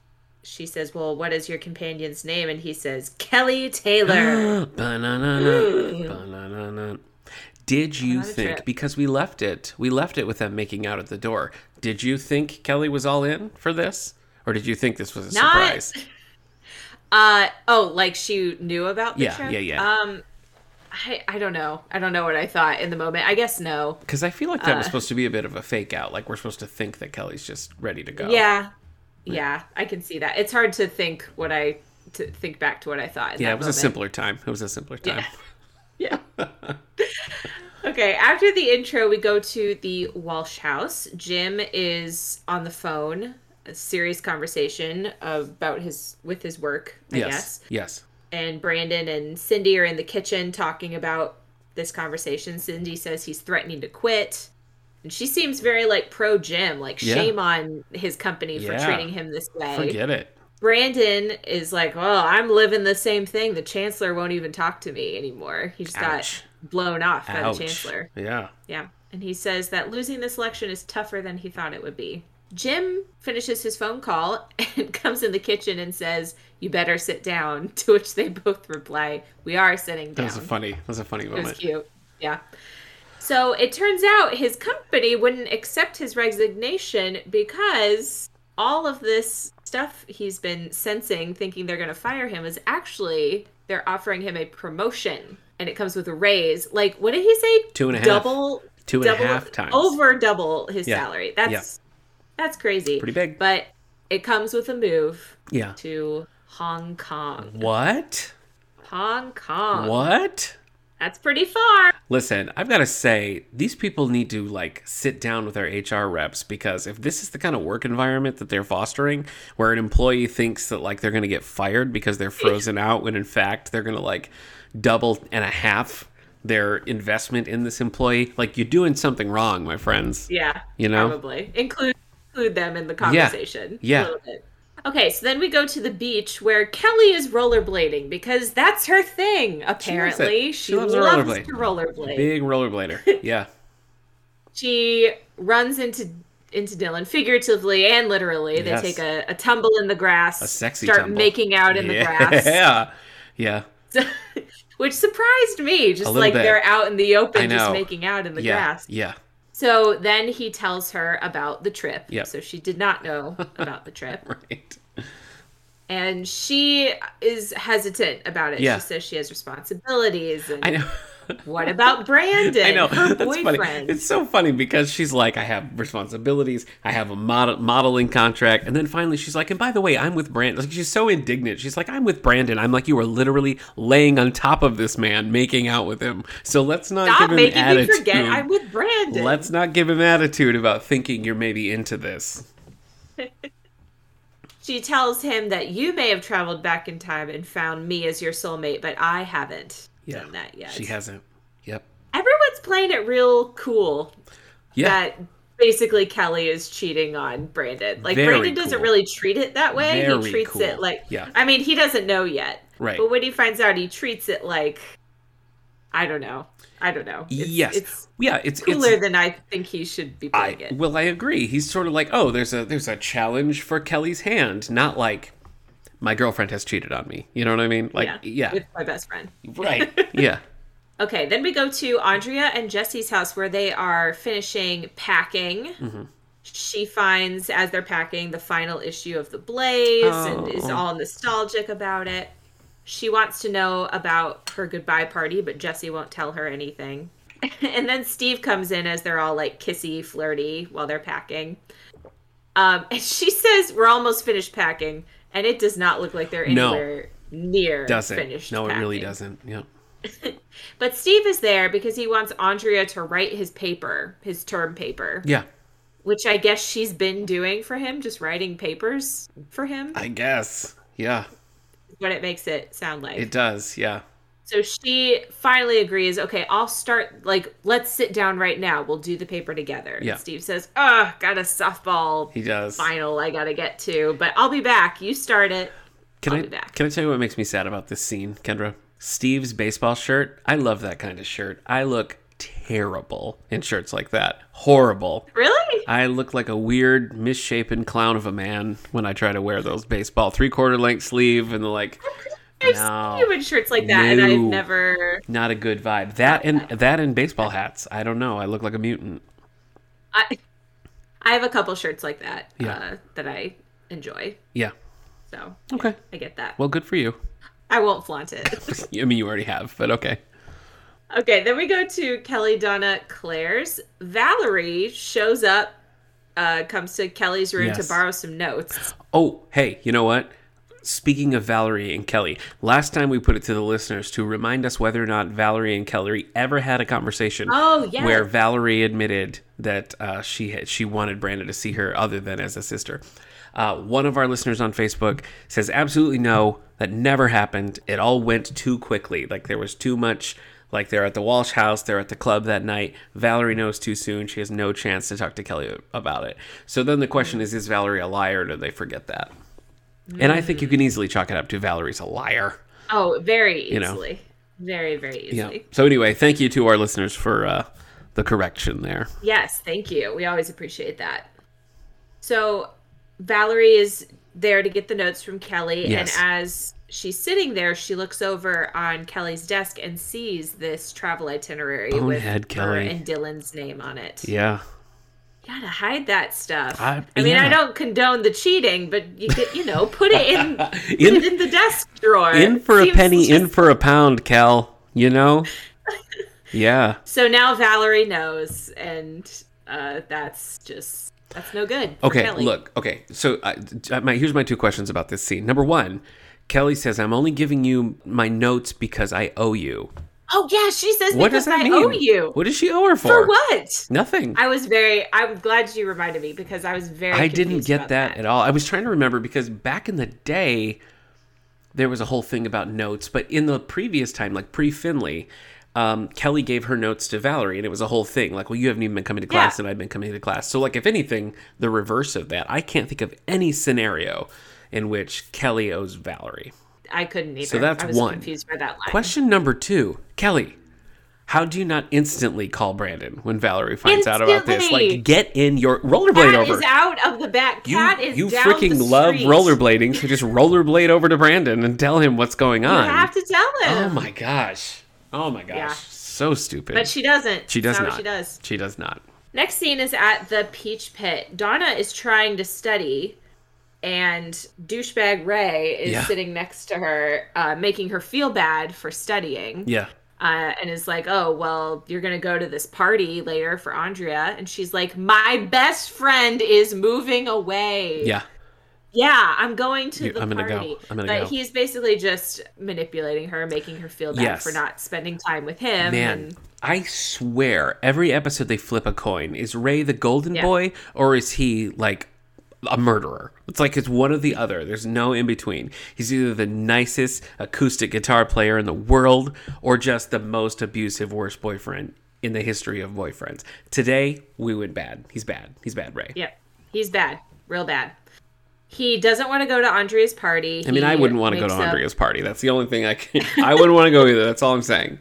[SPEAKER 2] she says, "Well, what is your companion's name?" And he says, "Kelly Taylor."
[SPEAKER 1] Ba-na-na-na. Ba-na-na-na. Did you
[SPEAKER 2] Another
[SPEAKER 1] think
[SPEAKER 2] trip.
[SPEAKER 1] because we left it we left it with them making out at the door? Did you think Kelly was all in for this, or did you think this was a
[SPEAKER 2] Not-
[SPEAKER 1] surprise?
[SPEAKER 2] Uh oh, like she knew about the
[SPEAKER 1] Yeah,
[SPEAKER 2] trip?
[SPEAKER 1] yeah, yeah.
[SPEAKER 2] Um I I don't know. I don't know what I thought in the moment. I guess no.
[SPEAKER 1] Because I feel like that was
[SPEAKER 2] Uh.
[SPEAKER 1] supposed to be a bit of a fake out. Like we're supposed to think that Kelly's just ready to go.
[SPEAKER 2] Yeah. Yeah, I can see that. It's hard to think what I to think back to what I thought. in
[SPEAKER 1] Yeah.
[SPEAKER 2] that
[SPEAKER 1] It was a
[SPEAKER 2] moment.
[SPEAKER 1] simpler time. It was a simpler time.
[SPEAKER 2] Yeah. okay, after the intro, we go to the Walsh house. Jim is on the phone, a serious conversation about his with his work, I guess.
[SPEAKER 1] yes. Yes.
[SPEAKER 2] and Brandon and Cindy are in the kitchen talking about this conversation. Cindy says he's threatening to quit. And she seems very like pro Jim, like
[SPEAKER 1] Yeah.
[SPEAKER 2] shame on his company for
[SPEAKER 1] Yeah.
[SPEAKER 2] treating him this way.
[SPEAKER 1] Forget it.
[SPEAKER 2] Brandon is like, "Oh, I'm living the same thing. The chancellor won't even talk to me anymore. He just
[SPEAKER 1] Ouch.
[SPEAKER 2] got blown off by the
[SPEAKER 1] Ouch.
[SPEAKER 2] chancellor."
[SPEAKER 1] Yeah.
[SPEAKER 2] Yeah. And he says that losing this election is tougher than he thought it would be. Jim finishes his phone call and comes in the kitchen and says, You better sit down. To which they both reply, We are sitting
[SPEAKER 1] That
[SPEAKER 2] down.
[SPEAKER 1] was a funny. That was a funny
[SPEAKER 2] it was
[SPEAKER 1] moment.
[SPEAKER 2] cute. Yeah. So it turns out his company wouldn't accept his resignation because all of this stuff he's been sensing, thinking they're going to fire him, is actually they're offering him a promotion and it comes with a raise. Like, what did he say?
[SPEAKER 1] Two and a half.
[SPEAKER 2] Double
[SPEAKER 1] Two and a
[SPEAKER 2] double,
[SPEAKER 1] half times.
[SPEAKER 2] over double his
[SPEAKER 1] Yeah.
[SPEAKER 2] salary. That's that's crazy.
[SPEAKER 1] Pretty big.
[SPEAKER 2] But it comes with a move
[SPEAKER 1] Yeah.
[SPEAKER 2] to Hong Kong.
[SPEAKER 1] What? Mm-hmm.
[SPEAKER 2] Hong Kong.
[SPEAKER 1] What?
[SPEAKER 2] That's pretty far.
[SPEAKER 1] Listen, I've got to say, these people need to like sit down with their HR reps because if this is the kind of work environment that they're fostering, where an employee thinks that like they're going to get fired because they're frozen out, when in fact they're going to like double and a half their investment in this employee, like you're doing something wrong, my friends.
[SPEAKER 2] Yeah.
[SPEAKER 1] You know?
[SPEAKER 2] Probably. Include include them in the conversation.
[SPEAKER 1] Yeah.
[SPEAKER 2] A little bit. Okay, so then we go to the beach where Kelly is rollerblading because that's her thing,
[SPEAKER 1] She
[SPEAKER 2] apparently. She,
[SPEAKER 1] loves
[SPEAKER 2] loves,
[SPEAKER 1] her rollerblade.
[SPEAKER 2] to rollerblade.
[SPEAKER 1] Big rollerblader. Yeah.
[SPEAKER 2] she runs into into Dylan figuratively and literally. They
[SPEAKER 1] Yes.
[SPEAKER 2] take a, a tumble in the grass,
[SPEAKER 1] A sexy
[SPEAKER 2] start
[SPEAKER 1] tumble.
[SPEAKER 2] making out in the grass,
[SPEAKER 1] Yeah. Yeah.
[SPEAKER 2] which surprised me. Just
[SPEAKER 1] little
[SPEAKER 2] like
[SPEAKER 1] bit.
[SPEAKER 2] they're out in the
[SPEAKER 1] I
[SPEAKER 2] open,
[SPEAKER 1] know.
[SPEAKER 2] just making out in the
[SPEAKER 1] yeah.
[SPEAKER 2] grass.
[SPEAKER 1] Yeah.
[SPEAKER 2] So then he tells her about the trip.
[SPEAKER 1] Yep.
[SPEAKER 2] So she did not know about the trip,
[SPEAKER 1] Right.
[SPEAKER 2] and she is hesitant about it.
[SPEAKER 1] Yeah.
[SPEAKER 2] She says she has responsibilities. And
[SPEAKER 1] I know.
[SPEAKER 2] what about Brandon?
[SPEAKER 1] I know.
[SPEAKER 2] her
[SPEAKER 1] That's
[SPEAKER 2] boyfriend.
[SPEAKER 1] funny. It's so funny because she's like, I have responsibilities. I have a model, modeling contract. And then finally she's like, and by the way, I'm with Brandon. Like, she's so indignant. She's like, I'm with Brandon. I'm like, you are literally laying on top of this man, making out with him. So let's not
[SPEAKER 2] Stop
[SPEAKER 1] give him
[SPEAKER 2] making
[SPEAKER 1] attitude.
[SPEAKER 2] me forget I'm with Brandon.
[SPEAKER 1] let's not give him attitude about thinking you're maybe into this.
[SPEAKER 2] She tells him that you may have traveled back in time and found me as your soulmate, but I haven't
[SPEAKER 1] Yeah.
[SPEAKER 2] done that yet.
[SPEAKER 1] She hasn't. Yep.
[SPEAKER 2] Everyone's playing it real cool
[SPEAKER 1] Yeah.
[SPEAKER 2] that basically Kelly is cheating on Brandon. Like
[SPEAKER 1] Very
[SPEAKER 2] Brandon doesn't
[SPEAKER 1] cool.
[SPEAKER 2] really treat it that way.
[SPEAKER 1] Very
[SPEAKER 2] he treats
[SPEAKER 1] cool.
[SPEAKER 2] it like
[SPEAKER 1] Yeah.
[SPEAKER 2] I mean, he doesn't know yet.
[SPEAKER 1] Right.
[SPEAKER 2] But when he finds out, he treats it like I don't know. I don't know. It's,
[SPEAKER 1] yes.
[SPEAKER 2] It's
[SPEAKER 1] yeah. It's it's-
[SPEAKER 2] cooler than I think he should be
[SPEAKER 1] I
[SPEAKER 2] playing it.
[SPEAKER 1] well, I agree. He's sort of like, oh, there's a there's a challenge for Kelly's hand, not like my girlfriend has cheated on me. You know what I mean? Like, yeah,
[SPEAKER 2] With my best friend.
[SPEAKER 1] right, yeah,
[SPEAKER 2] Okay, then we go to Andrea and Jesse's house where they are finishing packing.
[SPEAKER 1] Mm-hmm.
[SPEAKER 2] She finds, as they're packing, the final issue of The Blaze and is
[SPEAKER 1] Oh.
[SPEAKER 2] all nostalgic about it. She wants to know about her goodbye party, but Jesse won't tell her anything. and then Steve comes in as they're all like kissy, flirty while they're packing. Um, and she says, We're almost finished packing. And it does not look like they're
[SPEAKER 1] No.
[SPEAKER 2] anywhere near
[SPEAKER 1] doesn't.
[SPEAKER 2] finished.
[SPEAKER 1] No, it really
[SPEAKER 2] packing.
[SPEAKER 1] doesn't. Yeah,
[SPEAKER 2] But Steve is there because he wants Andrea to write his paper, his term paper,
[SPEAKER 1] yeah.
[SPEAKER 2] which I guess she's been doing for him, just writing papers for him,
[SPEAKER 1] I guess. Yeah,
[SPEAKER 2] is what it makes it sound like.
[SPEAKER 1] it does. Yeah,
[SPEAKER 2] so she finally agrees, okay, I'll start, like, let's sit down right now. We'll do the paper together.
[SPEAKER 1] Yeah.
[SPEAKER 2] And Steve says, oh, got a softball
[SPEAKER 1] he does.
[SPEAKER 2] final I got to get to, but I'll be back. You start it.
[SPEAKER 1] Can
[SPEAKER 2] I'll
[SPEAKER 1] I
[SPEAKER 2] be back.
[SPEAKER 1] can I tell you what makes me sad about this scene, Kendra? Steve's baseball shirt. I love that kind of shirt. I look terrible in shirts like that. Horrible.
[SPEAKER 2] Really?
[SPEAKER 1] I look like a weird, misshapen clown of a man when I try to wear those baseball three quarter length sleeve and the like.
[SPEAKER 2] I've
[SPEAKER 1] No.
[SPEAKER 2] seen you in shirts like that, and I've
[SPEAKER 1] No.
[SPEAKER 2] never.
[SPEAKER 1] Not a good vibe. That and that and baseball hats. I don't know. I look like a mutant.
[SPEAKER 2] I, I have a couple shirts like that
[SPEAKER 1] Yeah.
[SPEAKER 2] uh, that I enjoy.
[SPEAKER 1] Yeah.
[SPEAKER 2] So
[SPEAKER 1] Okay.
[SPEAKER 2] I get that.
[SPEAKER 1] Well, good for you.
[SPEAKER 2] I won't flaunt it.
[SPEAKER 1] I mean, you already have, but okay.
[SPEAKER 2] okay, then we go to Kelly Donna Claire's. Valerie shows up, uh, comes to Kelly's room to
[SPEAKER 1] Yes.
[SPEAKER 2] borrow some notes.
[SPEAKER 1] Oh, hey, you know what? Speaking of Valerie and Kelly, last time we put it to the listeners to remind us whether or not Valerie and Kelly ever had a conversation
[SPEAKER 2] Oh, yes.
[SPEAKER 1] where Valerie admitted that uh, she had, she wanted Brandon to see her other than as a sister. Uh, one of our listeners on Facebook says absolutely no, that never happened. It all went too quickly. Like there was too much Like they're at the Walsh house, they're at the club that night. Valerie knows too soon. She has no chance to talk to Kelly about it. So then the question is is Valerie a liar or do they forget that? And I think you can easily chalk it up to Valerie's a liar.
[SPEAKER 2] Oh, very easily.
[SPEAKER 1] know.
[SPEAKER 2] Very, very
[SPEAKER 1] Yeah.
[SPEAKER 2] easily.
[SPEAKER 1] So anyway, thank you to our listeners for uh, the correction there.
[SPEAKER 2] Yes, thank you. We always appreciate that. So Valerie is there to get the notes from Kelly,
[SPEAKER 1] Yes.
[SPEAKER 2] and as she's sitting there, she looks over on Kelly's desk and sees this travel itinerary with
[SPEAKER 1] Bonehead
[SPEAKER 2] her
[SPEAKER 1] Kelly.
[SPEAKER 2] and Dylan's name on it.
[SPEAKER 1] Yeah.
[SPEAKER 2] You gotta hide that stuff.
[SPEAKER 1] I-
[SPEAKER 2] I, mean,
[SPEAKER 1] yeah.
[SPEAKER 2] I don't condone the cheating, but you get, you know, put it in, put
[SPEAKER 1] In-
[SPEAKER 2] it in the desk drawer.
[SPEAKER 1] In for a
[SPEAKER 2] Seems
[SPEAKER 1] penny, in
[SPEAKER 2] just-
[SPEAKER 1] for a pound, Cal. You know? Yeah.
[SPEAKER 2] So now Valerie knows, and uh, that's just that's no good. for
[SPEAKER 1] Okay,
[SPEAKER 2] Kelly.
[SPEAKER 1] look. Okay, so uh, d- my, here's my two questions about this scene. Number one, Kelly says, "I'm only giving you my notes because I owe you."
[SPEAKER 2] Oh yeah, she says
[SPEAKER 1] What
[SPEAKER 2] because
[SPEAKER 1] does that
[SPEAKER 2] I
[SPEAKER 1] mean?
[SPEAKER 2] owe you.
[SPEAKER 1] What does she owe her for?
[SPEAKER 2] For what?
[SPEAKER 1] Nothing. I,
[SPEAKER 2] I was very I'm glad you reminded me because I was very
[SPEAKER 1] didn't
[SPEAKER 2] confused
[SPEAKER 1] get
[SPEAKER 2] about
[SPEAKER 1] that, at all. I was trying to remember because back in the day, there was a whole thing about notes. But in the previous time, like pre Finley. Um, Kelly gave her notes to Valerie, and it was a whole thing. Like, well, you haven't even been coming to class,
[SPEAKER 2] Yeah.
[SPEAKER 1] and I've been coming to class. So, like, if anything, the reverse of that. I can't think of any scenario in which Kelly owes Valerie.
[SPEAKER 2] I couldn't either.
[SPEAKER 1] So that's
[SPEAKER 2] I was
[SPEAKER 1] one.
[SPEAKER 2] confused by that line.
[SPEAKER 1] Question number two, Kelly. How do you not instantly call Brandon when Valerie finds out about this?
[SPEAKER 2] Instantly.
[SPEAKER 1] Like, get in your rollerblade
[SPEAKER 2] Cat
[SPEAKER 1] over.
[SPEAKER 2] is out of the back.
[SPEAKER 1] you
[SPEAKER 2] Cat is
[SPEAKER 1] you
[SPEAKER 2] down
[SPEAKER 1] freaking
[SPEAKER 2] the
[SPEAKER 1] love
[SPEAKER 2] street.
[SPEAKER 1] rollerblading, so just rollerblade over to Brandon and tell him what's going
[SPEAKER 2] You
[SPEAKER 1] on.
[SPEAKER 2] have to tell
[SPEAKER 1] oh
[SPEAKER 2] him.
[SPEAKER 1] my gosh! Oh my gosh!
[SPEAKER 2] Yeah.
[SPEAKER 1] So stupid.
[SPEAKER 2] but she doesn't.
[SPEAKER 1] she does
[SPEAKER 2] It's
[SPEAKER 1] not.
[SPEAKER 2] what She does.
[SPEAKER 1] She does not.
[SPEAKER 2] Next scene is at the peach pit. Donna is trying to study, and douchebag Ray is
[SPEAKER 1] Yeah.
[SPEAKER 2] sitting next to her, uh, making her feel bad for studying.
[SPEAKER 1] Yeah.
[SPEAKER 2] uh, and is like, "Oh, well, you're gonna go to this party later for Andrea," and she's like, "My best friend is moving away."
[SPEAKER 1] Yeah.
[SPEAKER 2] yeah, I'm going to
[SPEAKER 1] You-
[SPEAKER 2] the
[SPEAKER 1] I'm gonna
[SPEAKER 2] party.
[SPEAKER 1] go. I'm gonna
[SPEAKER 2] but
[SPEAKER 1] go.
[SPEAKER 2] he's basically just manipulating her, making her feel bad
[SPEAKER 1] Yes.
[SPEAKER 2] for not spending time with him.
[SPEAKER 1] Man,
[SPEAKER 2] and-
[SPEAKER 1] I swear every episode they flip a coin. Is Ray the golden
[SPEAKER 2] Yeah.
[SPEAKER 1] boy or is he like a murderer? It's like it's one or the other. There's no in between. He's either the nicest acoustic guitar player in the world or just the most abusive worst boyfriend in the history of boyfriends. Today we went bad. He's bad. He's bad, Ray.
[SPEAKER 2] yep, he's bad, real bad. He doesn't want to go to Andrea's party.
[SPEAKER 1] I mean, I wouldn't want to go to Andrea's party. That's the only thing I can. I wouldn't want to go either. That's all I'm saying.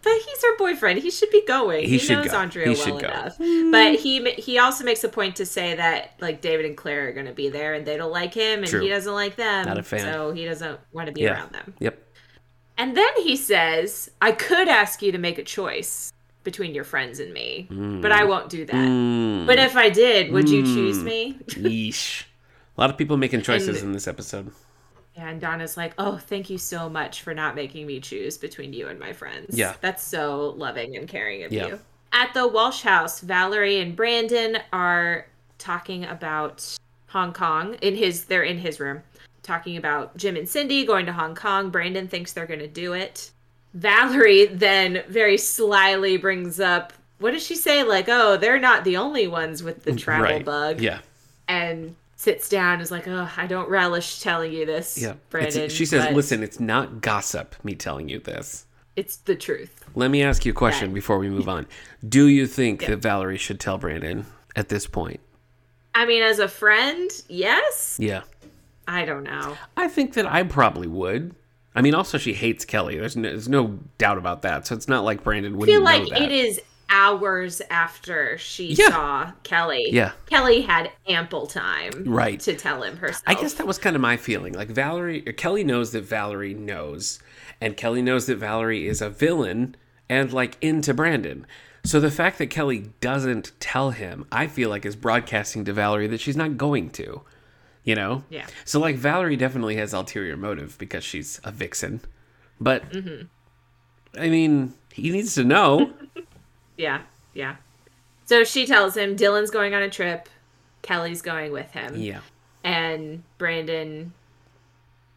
[SPEAKER 2] But he's her boyfriend. He should be going.
[SPEAKER 1] He
[SPEAKER 2] He,
[SPEAKER 1] should
[SPEAKER 2] knows
[SPEAKER 1] go.
[SPEAKER 2] Andrea
[SPEAKER 1] He
[SPEAKER 2] well
[SPEAKER 1] should go.
[SPEAKER 2] enough. But he ma- he also makes a point to say that like David and Claire are going to be there, and they don't like him, and
[SPEAKER 1] True.
[SPEAKER 2] he doesn't like them.
[SPEAKER 1] Not a fan.
[SPEAKER 2] So he doesn't want to be
[SPEAKER 1] Yeah.
[SPEAKER 2] around them.
[SPEAKER 1] Yep.
[SPEAKER 2] And then he says, "I could ask you to make a choice between your friends and me, but I won't do that.
[SPEAKER 1] Mm.
[SPEAKER 2] But if I did, would you choose me?"
[SPEAKER 1] Yeesh. A lot of people making choices
[SPEAKER 2] And-
[SPEAKER 1] in this episode.
[SPEAKER 2] And Donna's like, "Oh, thank you so much for not making me choose between you and my friends.
[SPEAKER 1] Yeah.
[SPEAKER 2] that's so loving and caring of
[SPEAKER 1] Yeah.
[SPEAKER 2] you." At the Walsh house, Valerie and Brandon are talking about Hong Kong. In his, they're in his room talking about Jim and Cindy going to Hong Kong. Brandon thinks they're going to do it. Valerie then very slyly brings up, "What does she say? Like, oh, they're not the only ones with the travel
[SPEAKER 1] right.
[SPEAKER 2] bug."
[SPEAKER 1] Yeah.
[SPEAKER 2] and sits down and is like, "Oh, I don't relish telling you this,
[SPEAKER 1] Yeah. It's-
[SPEAKER 2] Brandon."
[SPEAKER 1] she says,
[SPEAKER 2] but
[SPEAKER 1] listen, it's not gossip, me telling you this.
[SPEAKER 2] it's the truth."
[SPEAKER 1] Let me ask you a question before we move on. Do you think that Valerie should tell Brandon at this point?
[SPEAKER 2] I mean, as a friend, yes.
[SPEAKER 1] Yeah.
[SPEAKER 2] I don't know.
[SPEAKER 1] I think that I probably would. I mean, also, she hates Kelly. There's no, there's no doubt about that. So it's not like Brandon
[SPEAKER 2] I
[SPEAKER 1] wouldn't
[SPEAKER 2] feel
[SPEAKER 1] know
[SPEAKER 2] like
[SPEAKER 1] that.
[SPEAKER 2] it is hours after she
[SPEAKER 1] Yeah.
[SPEAKER 2] saw Kelly.
[SPEAKER 1] Yeah.
[SPEAKER 2] Kelly had ample time,
[SPEAKER 1] Right.
[SPEAKER 2] to tell him herself.
[SPEAKER 1] I guess that was kind of my feeling. Like Valerie, or Kelly knows that Valerie knows, and Kelly knows that Valerie is a villain and like into Brandon. So the fact that Kelly doesn't tell him, I feel like is broadcasting to Valerie that she's not going to, you know?
[SPEAKER 2] Yeah.
[SPEAKER 1] So like Valerie definitely has ulterior motive because she's a vixen, but I mean, he needs to know.
[SPEAKER 2] yeah, yeah. So she tells him Dylan's going on a trip. Kelly's going with him.
[SPEAKER 1] yeah.
[SPEAKER 2] and Brandon,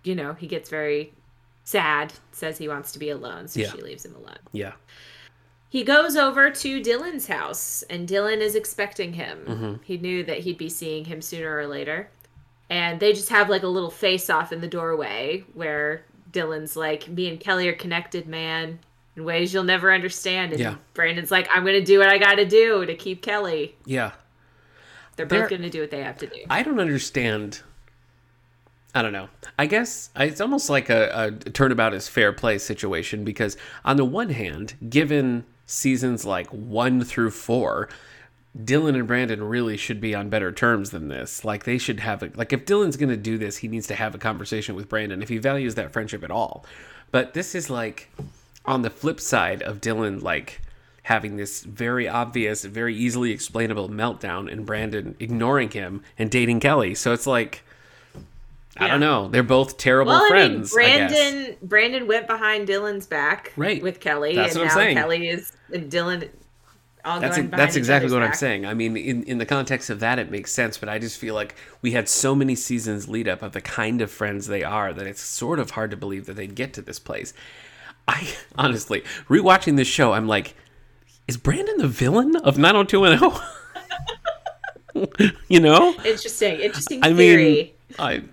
[SPEAKER 2] you know, he gets very sad, says he wants to be alone, so
[SPEAKER 1] Yeah.
[SPEAKER 2] she leaves him alone.
[SPEAKER 1] Yeah.
[SPEAKER 2] He goes over to Dylan's house, and Dylan is expecting him.
[SPEAKER 1] Mm-hmm.
[SPEAKER 2] He knew that he'd be seeing him sooner or later. And they just have like a little face off in the doorway where Dylan's like, me and Kelly are connected, man, in ways you'll never understand. And
[SPEAKER 1] Yeah.
[SPEAKER 2] Brandon's like, I'm going to do what I got to do to keep Kelly.
[SPEAKER 1] Yeah.
[SPEAKER 2] They're both
[SPEAKER 1] They're-
[SPEAKER 2] going to do what they have to do.
[SPEAKER 1] I don't understand. I don't know. I guess I- it's almost like a, a turnabout is fair play situation because, on the one hand, given seasons like one through four, Dylan and Brandon really should be on better terms than this. Like, they should have, a, like, if Dylan's going to do this, he needs to have a conversation with Brandon if he values that friendship at all. But this is like on the flip side of Dylan, like, having this very obvious, very easily explainable meltdown, and Brandon ignoring him and dating Kelly. So it's like, I don't
[SPEAKER 2] Yeah.
[SPEAKER 1] know. They're both terrible
[SPEAKER 2] Well,
[SPEAKER 1] friends. I
[SPEAKER 2] I mean,
[SPEAKER 1] guess.
[SPEAKER 2] Brandon Brandon went behind Dylan's back
[SPEAKER 1] Right.
[SPEAKER 2] with Kelly,
[SPEAKER 1] That's
[SPEAKER 2] and
[SPEAKER 1] what I'm
[SPEAKER 2] now
[SPEAKER 1] saying.
[SPEAKER 2] Kelly is and Dylan all
[SPEAKER 1] That's
[SPEAKER 2] going behind
[SPEAKER 1] that's
[SPEAKER 2] each
[SPEAKER 1] exactly
[SPEAKER 2] other's
[SPEAKER 1] what I'm
[SPEAKER 2] back.
[SPEAKER 1] saying. I mean, in in the context of that, it makes sense. But I just feel like we had so many seasons lead up of the kind of friends they are that it's sort of hard to believe that they'd get to this place. I honestly rewatching this show, I'm like, is Brandon the villain of 90210? you know,
[SPEAKER 2] Interesting, interesting
[SPEAKER 1] I
[SPEAKER 2] theory.
[SPEAKER 1] mean, I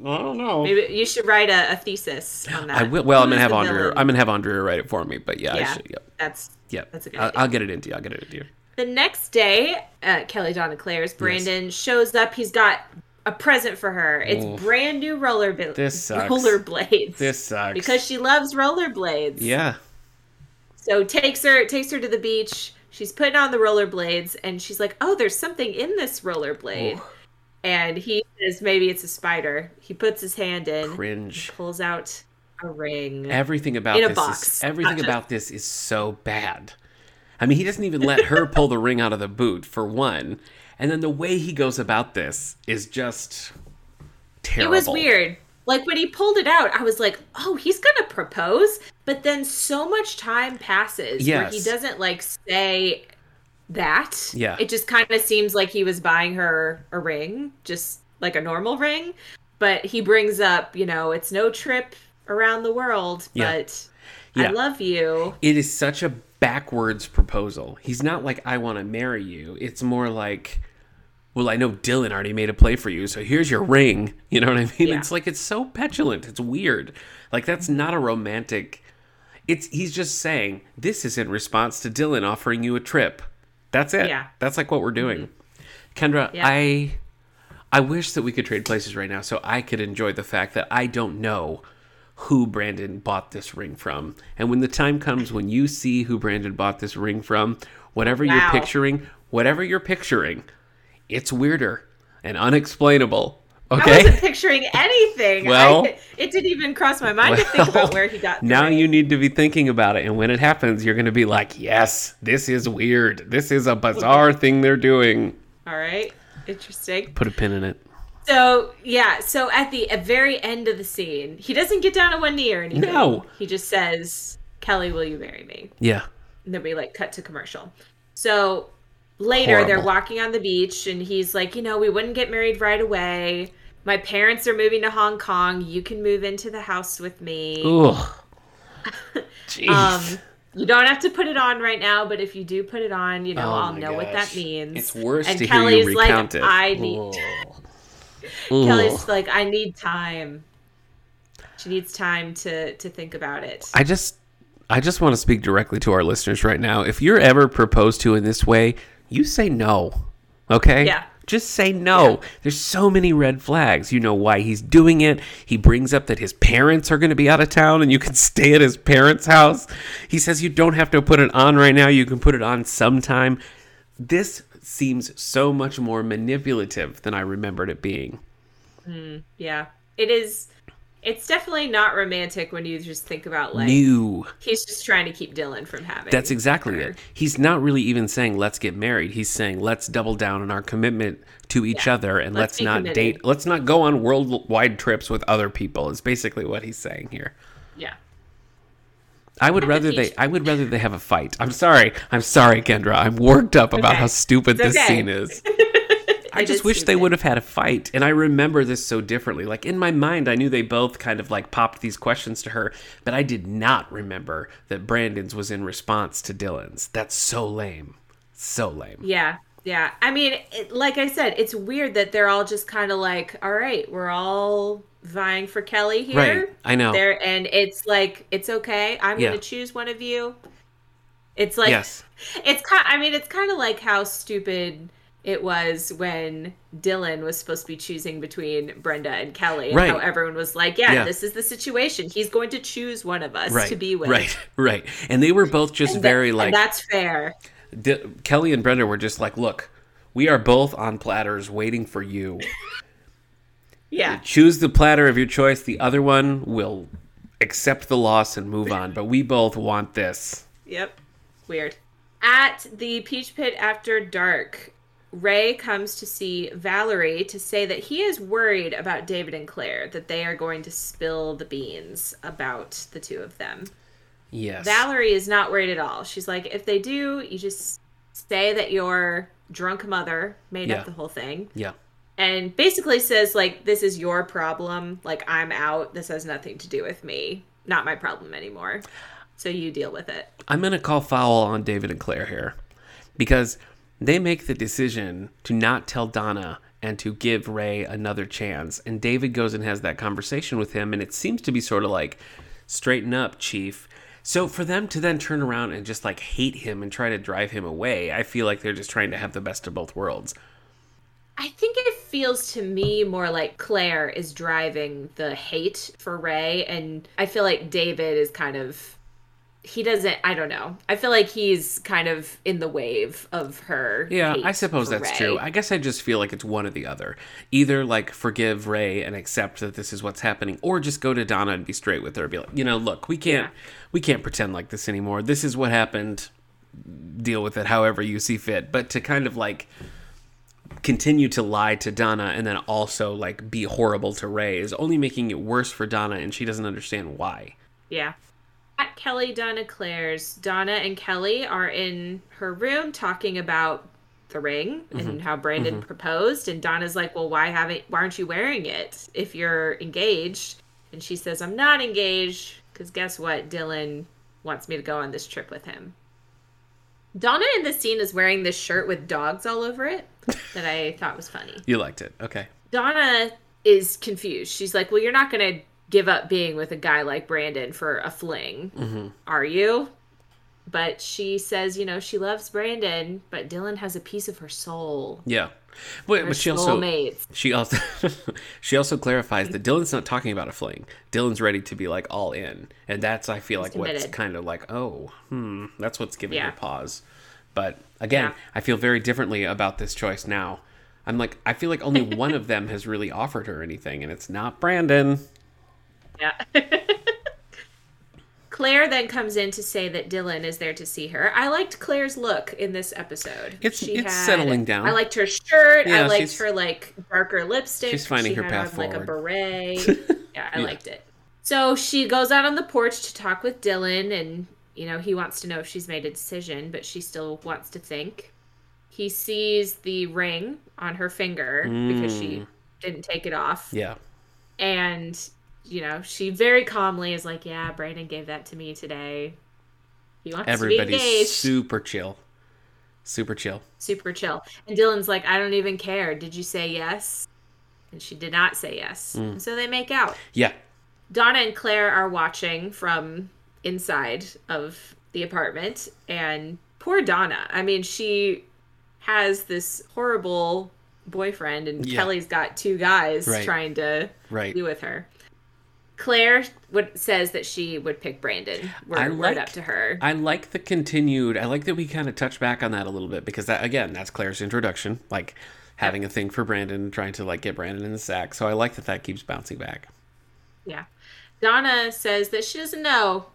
[SPEAKER 1] I don't know.
[SPEAKER 2] Maybe you should write a, a thesis on that.
[SPEAKER 1] I will. Well, I'm
[SPEAKER 2] Who's
[SPEAKER 1] gonna have
[SPEAKER 2] the
[SPEAKER 1] Andrea.
[SPEAKER 2] villain?
[SPEAKER 1] I'm gonna have Andrea write it for me. But yeah,
[SPEAKER 2] yeah,
[SPEAKER 1] I should, yep,
[SPEAKER 2] that's
[SPEAKER 1] yep.
[SPEAKER 2] That's a good
[SPEAKER 1] I'll,
[SPEAKER 2] idea.
[SPEAKER 1] I'll get it into you. I'll get it into you.
[SPEAKER 2] The next day, uh, Kelly Donna Claire's Brandon shows up. He's got a present for her. It's
[SPEAKER 1] Oof.
[SPEAKER 2] brand new roller
[SPEAKER 1] This sucks.
[SPEAKER 2] rollerblades.
[SPEAKER 1] This sucks.
[SPEAKER 2] because she loves rollerblades.
[SPEAKER 1] yeah,
[SPEAKER 2] So takes her takes her to the beach. She's putting on the rollerblades and she's like, "Oh, there's something in this rollerblade." And he says, "Maybe it's a spider." He puts his hand in,
[SPEAKER 1] cringe.
[SPEAKER 2] pulls out a ring.
[SPEAKER 1] Everything about
[SPEAKER 2] In a
[SPEAKER 1] this
[SPEAKER 2] box.
[SPEAKER 1] Is, everything
[SPEAKER 2] Not just-
[SPEAKER 1] about this is so bad. I mean, he doesn't even let her pull the ring out of the boot for one, and then the way he goes about this is just
[SPEAKER 2] It
[SPEAKER 1] terrible.
[SPEAKER 2] was weird. Like when he pulled it out, I was like, "Oh, he's gonna propose," but then so much time passes where he
[SPEAKER 1] Yes.
[SPEAKER 2] doesn't like say that.
[SPEAKER 1] Yeah.
[SPEAKER 2] it just kind of seems like he was buying her a ring, just like a normal ring. But he brings up, you know, it's no trip around the world,
[SPEAKER 1] Yeah.
[SPEAKER 2] but
[SPEAKER 1] Yeah.
[SPEAKER 2] I love you.
[SPEAKER 1] It is such a backwards proposal. He's not like, I want to marry you. It's more like, well, I know Dylan already made a play for you, so here's your ring. You know what I mean?
[SPEAKER 2] Yeah.
[SPEAKER 1] It's like, it's so petulant. It's weird. Like, that's not a romantic. It's he's just saying this is in response to Dylan offering you a trip. That's it.
[SPEAKER 2] Yeah. Mm-hmm.
[SPEAKER 1] That's like what we're doing. Kendra,
[SPEAKER 2] Yeah.
[SPEAKER 1] I I wish that we could trade places right now so I could enjoy the fact that I don't know who Brandon bought this ring from. And when the time comes when you see who Brandon bought this ring from, whatever you're
[SPEAKER 2] Wow.
[SPEAKER 1] picturing, whatever you're picturing, it's weirder and unexplainable.
[SPEAKER 2] I wasn't
[SPEAKER 1] Okay?
[SPEAKER 2] picturing anything.
[SPEAKER 1] Well-
[SPEAKER 2] I, it didn't even cross my mind to think about where he got. the
[SPEAKER 1] now
[SPEAKER 2] ring.
[SPEAKER 1] you need to be thinking about it and when it happens you're going to be like, "Yes, this is weird. This is a bizarre thing they're doing."
[SPEAKER 2] all right. Interesting.
[SPEAKER 1] Put a pin in it.
[SPEAKER 2] So yeah, so at the at very end of the scene, he doesn't get down on one knee or anything.
[SPEAKER 1] No.
[SPEAKER 2] he just says, "Kelly, will you marry me?"
[SPEAKER 1] Yeah.
[SPEAKER 2] And then we like cut to commercial. So later, they're
[SPEAKER 1] Horrible.
[SPEAKER 2] walking on the beach, and he's like, "You know, we wouldn't get married right away. My parents are moving to Hong Kong. You can move into the house with me.
[SPEAKER 1] Ugh. Jeez.
[SPEAKER 2] Um, you don't have to put it on right now, but if you do put it on, you know,
[SPEAKER 1] Oh
[SPEAKER 2] I'll
[SPEAKER 1] my
[SPEAKER 2] know what
[SPEAKER 1] gosh.
[SPEAKER 2] that means."
[SPEAKER 1] It's worse
[SPEAKER 2] and
[SPEAKER 1] to
[SPEAKER 2] Kelly's
[SPEAKER 1] hear you
[SPEAKER 2] like,
[SPEAKER 1] recount it.
[SPEAKER 2] "I need."
[SPEAKER 1] Ugh.
[SPEAKER 2] Kelly's like, I need time. She needs time to to think about it.
[SPEAKER 1] I just I just want to speak directly to our listeners right now. If you're ever proposed to in this way, you say no. Okay?
[SPEAKER 2] Yeah.
[SPEAKER 1] Just say no. There's so many red flags. You know why he's doing it. He brings up that his parents are going to be out of town and you can stay at his parents' house. He says you don't have to put it on right now. You can put it on sometime. This seems so much more manipulative than I remembered it being.
[SPEAKER 2] yeah, it is. It's definitely not romantic when you just think about like
[SPEAKER 1] New.
[SPEAKER 2] he's just trying to keep Dylan from having.
[SPEAKER 1] That's exactly it. He's not really even saying let's get married. He's saying let's double down on our commitment to each other and
[SPEAKER 2] Let's
[SPEAKER 1] let's,
[SPEAKER 2] be
[SPEAKER 1] not
[SPEAKER 2] committed."
[SPEAKER 1] date. Let's not go on worldwide trips with other people. Is basically what he's saying here.
[SPEAKER 2] Yeah.
[SPEAKER 1] I would rather
[SPEAKER 2] teach-
[SPEAKER 1] they. I would rather they have a fight. I'm sorry. I'm sorry, Kendra. I'm worked up about
[SPEAKER 2] okay.
[SPEAKER 1] how stupid
[SPEAKER 2] It's
[SPEAKER 1] this
[SPEAKER 2] okay.
[SPEAKER 1] scene is. I
[SPEAKER 2] is
[SPEAKER 1] just wish they
[SPEAKER 2] stupid.
[SPEAKER 1] would have had a fight. And I remember this so differently. Like in my mind, I knew they both kind of like popped these questions to her, but I did not remember that Brandon's was in response to Dylan's. That's so lame. So lame.
[SPEAKER 2] Yeah. Yeah. I mean, it, like I said, it's weird that they're all just kind of like, all right, we're all vying for Kelly here.
[SPEAKER 1] Right. I know.
[SPEAKER 2] There and it's like it's okay. I'm
[SPEAKER 1] Yeah.
[SPEAKER 2] gonna choose one of you. It's like
[SPEAKER 1] yes.
[SPEAKER 2] it's kind. I mean, it's kind of like how stupid it was when Dylan was supposed to be choosing between Brenda and Kelly, and
[SPEAKER 1] Right.
[SPEAKER 2] how everyone was like, "Yeah,
[SPEAKER 1] Yeah.
[SPEAKER 2] this is the situation. He's going to choose one of us
[SPEAKER 1] Right.
[SPEAKER 2] to be with."
[SPEAKER 1] Right. Right. And they were both just
[SPEAKER 2] That-
[SPEAKER 1] very
[SPEAKER 2] and
[SPEAKER 1] like
[SPEAKER 2] that's fair.
[SPEAKER 1] D- Kelly and Brenda were just like, look, we are both on platters waiting for you.
[SPEAKER 2] Yeah,
[SPEAKER 1] Choose the platter of your choice. The other one will accept the loss and move on. But we both want this.
[SPEAKER 2] Yep. Weird. At the Peach Pit after dark, Ray comes to see Valerie to say that he is worried about David and Claire, that they are going to spill the beans about the two of them.
[SPEAKER 1] Yes.
[SPEAKER 2] Valerie is not worried at all. She's like, if they do, you just say that your drunk mother made
[SPEAKER 1] Yeah.
[SPEAKER 2] up the whole thing
[SPEAKER 1] yeah.
[SPEAKER 2] and basically says like this is your problem like i'm out this has nothing to do with me not my problem anymore so you deal with it
[SPEAKER 1] I'm going to call foul on David and Claire here because they make the decision to not tell Donna and to give Ray another chance. And David goes and has that conversation with him. And it seems to be sort of like, straighten up, Chief. So for them to then turn around and just like hate him and try to drive him away, I feel like they're just trying to have the best of both worlds.
[SPEAKER 2] I think it feels to me more like Claire is driving the hate for Ray, and I feel like David is kind of. He doesn't. I don't know. I feel like he's kind of in the wave of her.
[SPEAKER 1] Yeah,
[SPEAKER 2] hate
[SPEAKER 1] I suppose
[SPEAKER 2] for
[SPEAKER 1] that's
[SPEAKER 2] Ray.
[SPEAKER 1] true. I guess I just feel like it's one or the other. Either like forgive Ray and accept that this is what's happening, or just go to Donna and be straight with her. Be like, you know, look, we can't, we can't pretend like this anymore. This is what happened. Deal with it however you see fit. But to kind of like continue to lie to Donna and then also like be horrible to Ray is only making it worse for Donna, and she doesn't understand why.
[SPEAKER 2] Yeah. At Kelly Donna Claire's, Donna and Kelly are in her room talking about the ring and how Brandon proposed. And Donna's like, "Well, why haven't? Why aren't you wearing it if you're engaged?" And she says, "I'm not engaged because guess what? Dylan wants me to go on this trip with him." Donna in this scene is wearing this shirt with dogs all over it that I thought was funny.
[SPEAKER 1] You liked it, okay?
[SPEAKER 2] Donna is confused. She's like, "Well, you're not going to give up being with a guy like Brandon for a fling,
[SPEAKER 1] Mm-hmm.
[SPEAKER 2] are you?" But she says, you know, she loves Brandon, but Dylan has a piece of her soul.
[SPEAKER 1] Yeah, but, but she also
[SPEAKER 2] soulmates.
[SPEAKER 1] She also she also clarifies that Dylan's not talking about a fling. Dylan's ready to be like all in, and that's I feel like what's
[SPEAKER 2] committed.
[SPEAKER 1] kind of like oh hmm that's what's giving
[SPEAKER 2] Yeah.
[SPEAKER 1] her pause. But again,
[SPEAKER 2] Yeah.
[SPEAKER 1] I feel very differently about this choice now. I'm like I feel like only one of them has really offered her anything, and it's not Brandon.
[SPEAKER 2] Yeah. Claire then comes in to say that Dylan is there to see her. I liked Claire's look in this episode.
[SPEAKER 1] It's- it's settling down.
[SPEAKER 2] I liked her shirt.
[SPEAKER 1] Yeah,
[SPEAKER 2] I liked
[SPEAKER 1] she's-
[SPEAKER 2] her like darker lipstick.
[SPEAKER 1] she's finding
[SPEAKER 2] She
[SPEAKER 1] her
[SPEAKER 2] had
[SPEAKER 1] path
[SPEAKER 2] on, Like a
[SPEAKER 1] forward.
[SPEAKER 2] beret. yeah, I liked it. So she goes out on the porch to talk with Dylan, and you know he wants to know if she's made a decision, but she still wants to think. He sees the ring on her finger because
[SPEAKER 1] Mm.
[SPEAKER 2] she didn't take it off
[SPEAKER 1] Yeah,
[SPEAKER 2] and you know she very calmly is like yeah brandon gave that to me today he wants to be
[SPEAKER 1] everybody's
[SPEAKER 2] engaged
[SPEAKER 1] super chill, super chill.
[SPEAKER 2] super chill and dylan's like i don't even care did you say yes and she did not say yes
[SPEAKER 1] Mm.
[SPEAKER 2] and so they make out
[SPEAKER 1] Yeah,
[SPEAKER 2] donna and claire are watching from inside of the apartment and poor donna i mean she has this horrible boyfriend and
[SPEAKER 1] Yeah.
[SPEAKER 2] kelly's got two guys
[SPEAKER 1] Right.
[SPEAKER 2] trying to
[SPEAKER 1] right.
[SPEAKER 2] be with her. Claire would says that she would pick Brandon. We're
[SPEAKER 1] I
[SPEAKER 2] right
[SPEAKER 1] like-
[SPEAKER 2] up to her.
[SPEAKER 1] I like the continued. I like that we kind of touch back on that a little bit because that again, that's Claire's introduction, like having a thing for Brandon, trying to like get Brandon in the sack. So I like that that keeps bouncing back.
[SPEAKER 2] yeah. Donna says that she doesn't know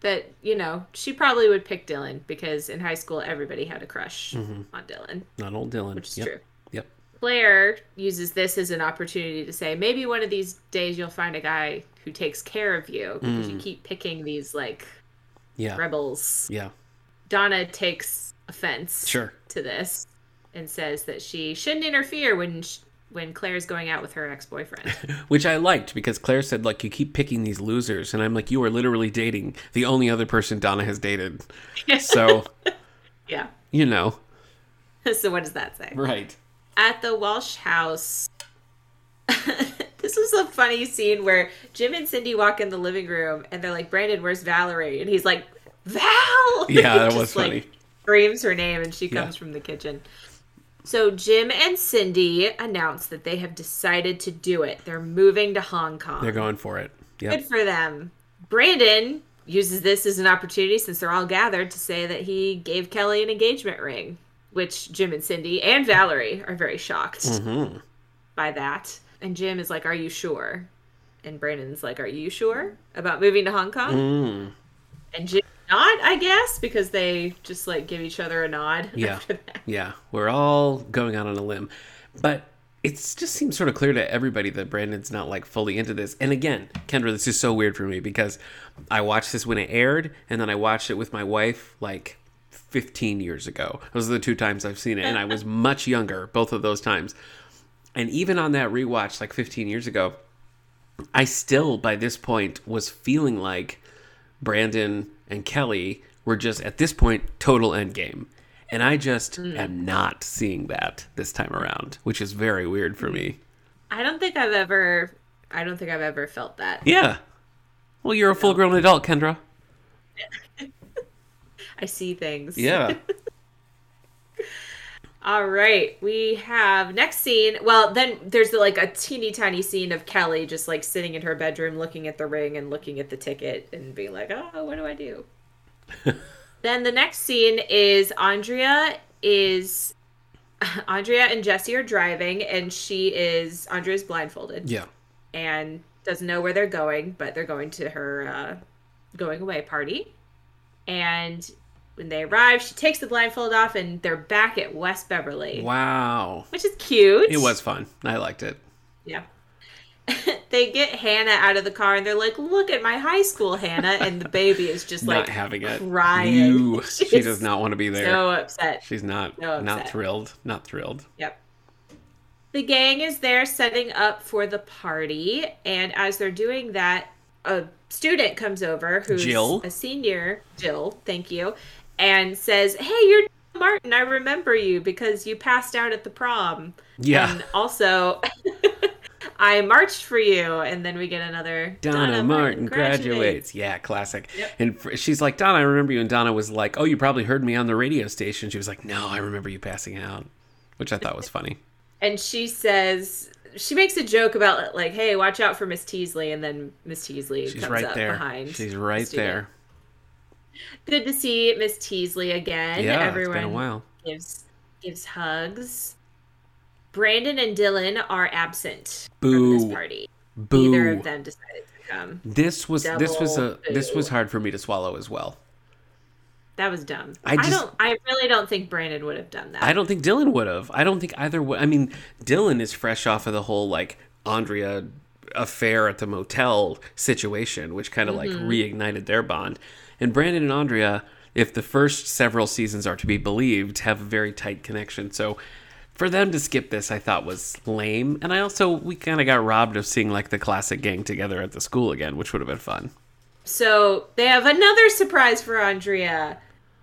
[SPEAKER 2] that, you know, she probably would pick Dylan because in high school everybody had a crush on Dylan,
[SPEAKER 1] Not old Dylan,
[SPEAKER 2] which is
[SPEAKER 1] Mm-hmm. yep.
[SPEAKER 2] true.
[SPEAKER 1] Yep.
[SPEAKER 2] Claire uses this as an opportunity to say maybe one of these days you'll find a guy who takes care of you because
[SPEAKER 1] Mm.
[SPEAKER 2] you keep picking these like
[SPEAKER 1] Yeah.
[SPEAKER 2] rebels.
[SPEAKER 1] Yeah.
[SPEAKER 2] Donna takes offense.
[SPEAKER 1] Sure.
[SPEAKER 2] to this and says that she shouldn't interfere when sh when Claire's going out with her ex-boyfriend.
[SPEAKER 1] Which I liked because Claire said like you keep picking these losers, and I'm like you are literally dating the only other person Donna has dated. so
[SPEAKER 2] yeah.
[SPEAKER 1] you know,
[SPEAKER 2] so what does that say?
[SPEAKER 1] right?
[SPEAKER 2] At the Walsh house, This was a funny scene where Jim and Cindy walk in the living room and they're like, Brandon, where's Valerie? And he's like, Val!
[SPEAKER 1] Yeah,
[SPEAKER 2] He
[SPEAKER 1] that
[SPEAKER 2] just,
[SPEAKER 1] was
[SPEAKER 2] like,
[SPEAKER 1] funny.
[SPEAKER 2] screams her name and she
[SPEAKER 1] Yeah.
[SPEAKER 2] comes from the kitchen. So Jim and Cindy announce that they have decided to do it. They're moving to Hong Kong.
[SPEAKER 1] They're going for it.
[SPEAKER 2] Good
[SPEAKER 1] Yep.
[SPEAKER 2] for them. Brandon uses this as an opportunity since they're all gathered to say that he gave Kelly an engagement ring, which Jim and Cindy and Valerie are very shocked
[SPEAKER 1] Mm-hmm.
[SPEAKER 2] by that. And Jim is like, Are you sure? And Brandon's like, Are you sure about moving to Hong Kong?
[SPEAKER 1] Mm.
[SPEAKER 2] And Jim, not, I guess, because they just like give each other a nod.
[SPEAKER 1] Yeah.
[SPEAKER 2] after that.
[SPEAKER 1] Yeah. We're all going out on a limb. But it just seems sort of clear to everybody that Brandon's not like fully into this. And again, Kendra, this is so weird for me because I watched this when it aired and then I watched it with my wife like 15 years ago. Those are the two times I've seen it. And I was much younger both of those times. And even on that rewatch like 15 years ago, I still, by this point, was feeling like Brandon and Kelly were just at this point total endgame. And I just
[SPEAKER 2] Hmm.
[SPEAKER 1] am not seeing that this time around, which is very weird for me.
[SPEAKER 2] I don't think I've ever, I don't think I've ever felt that.
[SPEAKER 1] Yeah. Well, you're a full grown adult, Kendra.
[SPEAKER 2] I see things.
[SPEAKER 1] Yeah.
[SPEAKER 2] All right, we have next scene. Well, then there's like a teeny tiny scene of Kelly just like sitting in her bedroom looking at the ring and looking at the ticket and being like, "Oh, what do I do?" then the next scene is Andrea is Andrea and Jesse are driving and she is Andrea's blindfolded
[SPEAKER 1] yeah.
[SPEAKER 2] and doesn't know where they're going, but they're going to her uh, going away party. And when they arrive, she takes the blindfold off, and they're back at West Beverly,
[SPEAKER 1] Wow.
[SPEAKER 2] which is cute.
[SPEAKER 1] It was fun. I liked it.
[SPEAKER 2] yeah. they get Hannah out of the car, and they're like, "Look at my high school Hannah," and the baby is just
[SPEAKER 1] not
[SPEAKER 2] like
[SPEAKER 1] having it.
[SPEAKER 2] crying.
[SPEAKER 1] No.
[SPEAKER 2] She's
[SPEAKER 1] She does not want to be there.
[SPEAKER 2] so upset.
[SPEAKER 1] She's not
[SPEAKER 2] so
[SPEAKER 1] not
[SPEAKER 2] upset.
[SPEAKER 1] thrilled. Not thrilled.
[SPEAKER 2] Yep. The gang is there setting up for the party, and as they're doing that, a student comes over who's
[SPEAKER 1] Jill?
[SPEAKER 2] a senior, Jill, thank you, and says, "Hey, you're Martin. I remember you because you passed out at the prom.
[SPEAKER 1] Yeah.
[SPEAKER 2] And also, I marched for you." And then we get another
[SPEAKER 1] Donna, Martin graduates. Yeah, classic. And fr- she's like, Donna, I remember you. And Donna was like, Oh, you probably heard me on the radio station. She was like, No, I remember you passing out, which I thought was funny.
[SPEAKER 2] and she says she makes a joke about like, "Hey, watch out for Miss Teasley," and then Miss Teasley
[SPEAKER 1] She's
[SPEAKER 2] comes
[SPEAKER 1] right
[SPEAKER 2] up
[SPEAKER 1] there.
[SPEAKER 2] behind.
[SPEAKER 1] She's
[SPEAKER 2] the
[SPEAKER 1] right
[SPEAKER 2] student.
[SPEAKER 1] there.
[SPEAKER 2] Good to see Miss Teasley again.
[SPEAKER 1] Yeah,
[SPEAKER 2] Everyone
[SPEAKER 1] it's been a while.
[SPEAKER 2] gives gives hugs. Brandon and Dylan are absent from
[SPEAKER 1] Boo.
[SPEAKER 2] this party. Neither
[SPEAKER 1] Boo.
[SPEAKER 2] of them decided to come.
[SPEAKER 1] This was this was a
[SPEAKER 2] Double
[SPEAKER 1] this
[SPEAKER 2] boo.
[SPEAKER 1] was hard for me to swallow as well.
[SPEAKER 2] That was dumb.
[SPEAKER 1] I
[SPEAKER 2] I,
[SPEAKER 1] just-
[SPEAKER 2] don't. I really don't think Brandon would have done that.
[SPEAKER 1] I don't think Dylan would have. I don't think either would. I mean, Dylan is fresh off of the whole like Andrea affair at the motel situation, which kind of
[SPEAKER 2] Mm-hmm.
[SPEAKER 1] like reignited their bond. And Brandon and Andrea, if the first several seasons are to be believed, have a very tight connection. So for them to skip this, I thought was lame. And I also, we kind of got robbed of seeing like the classic gang together at the school again, which would have been fun.
[SPEAKER 2] so they have another surprise for Andrea.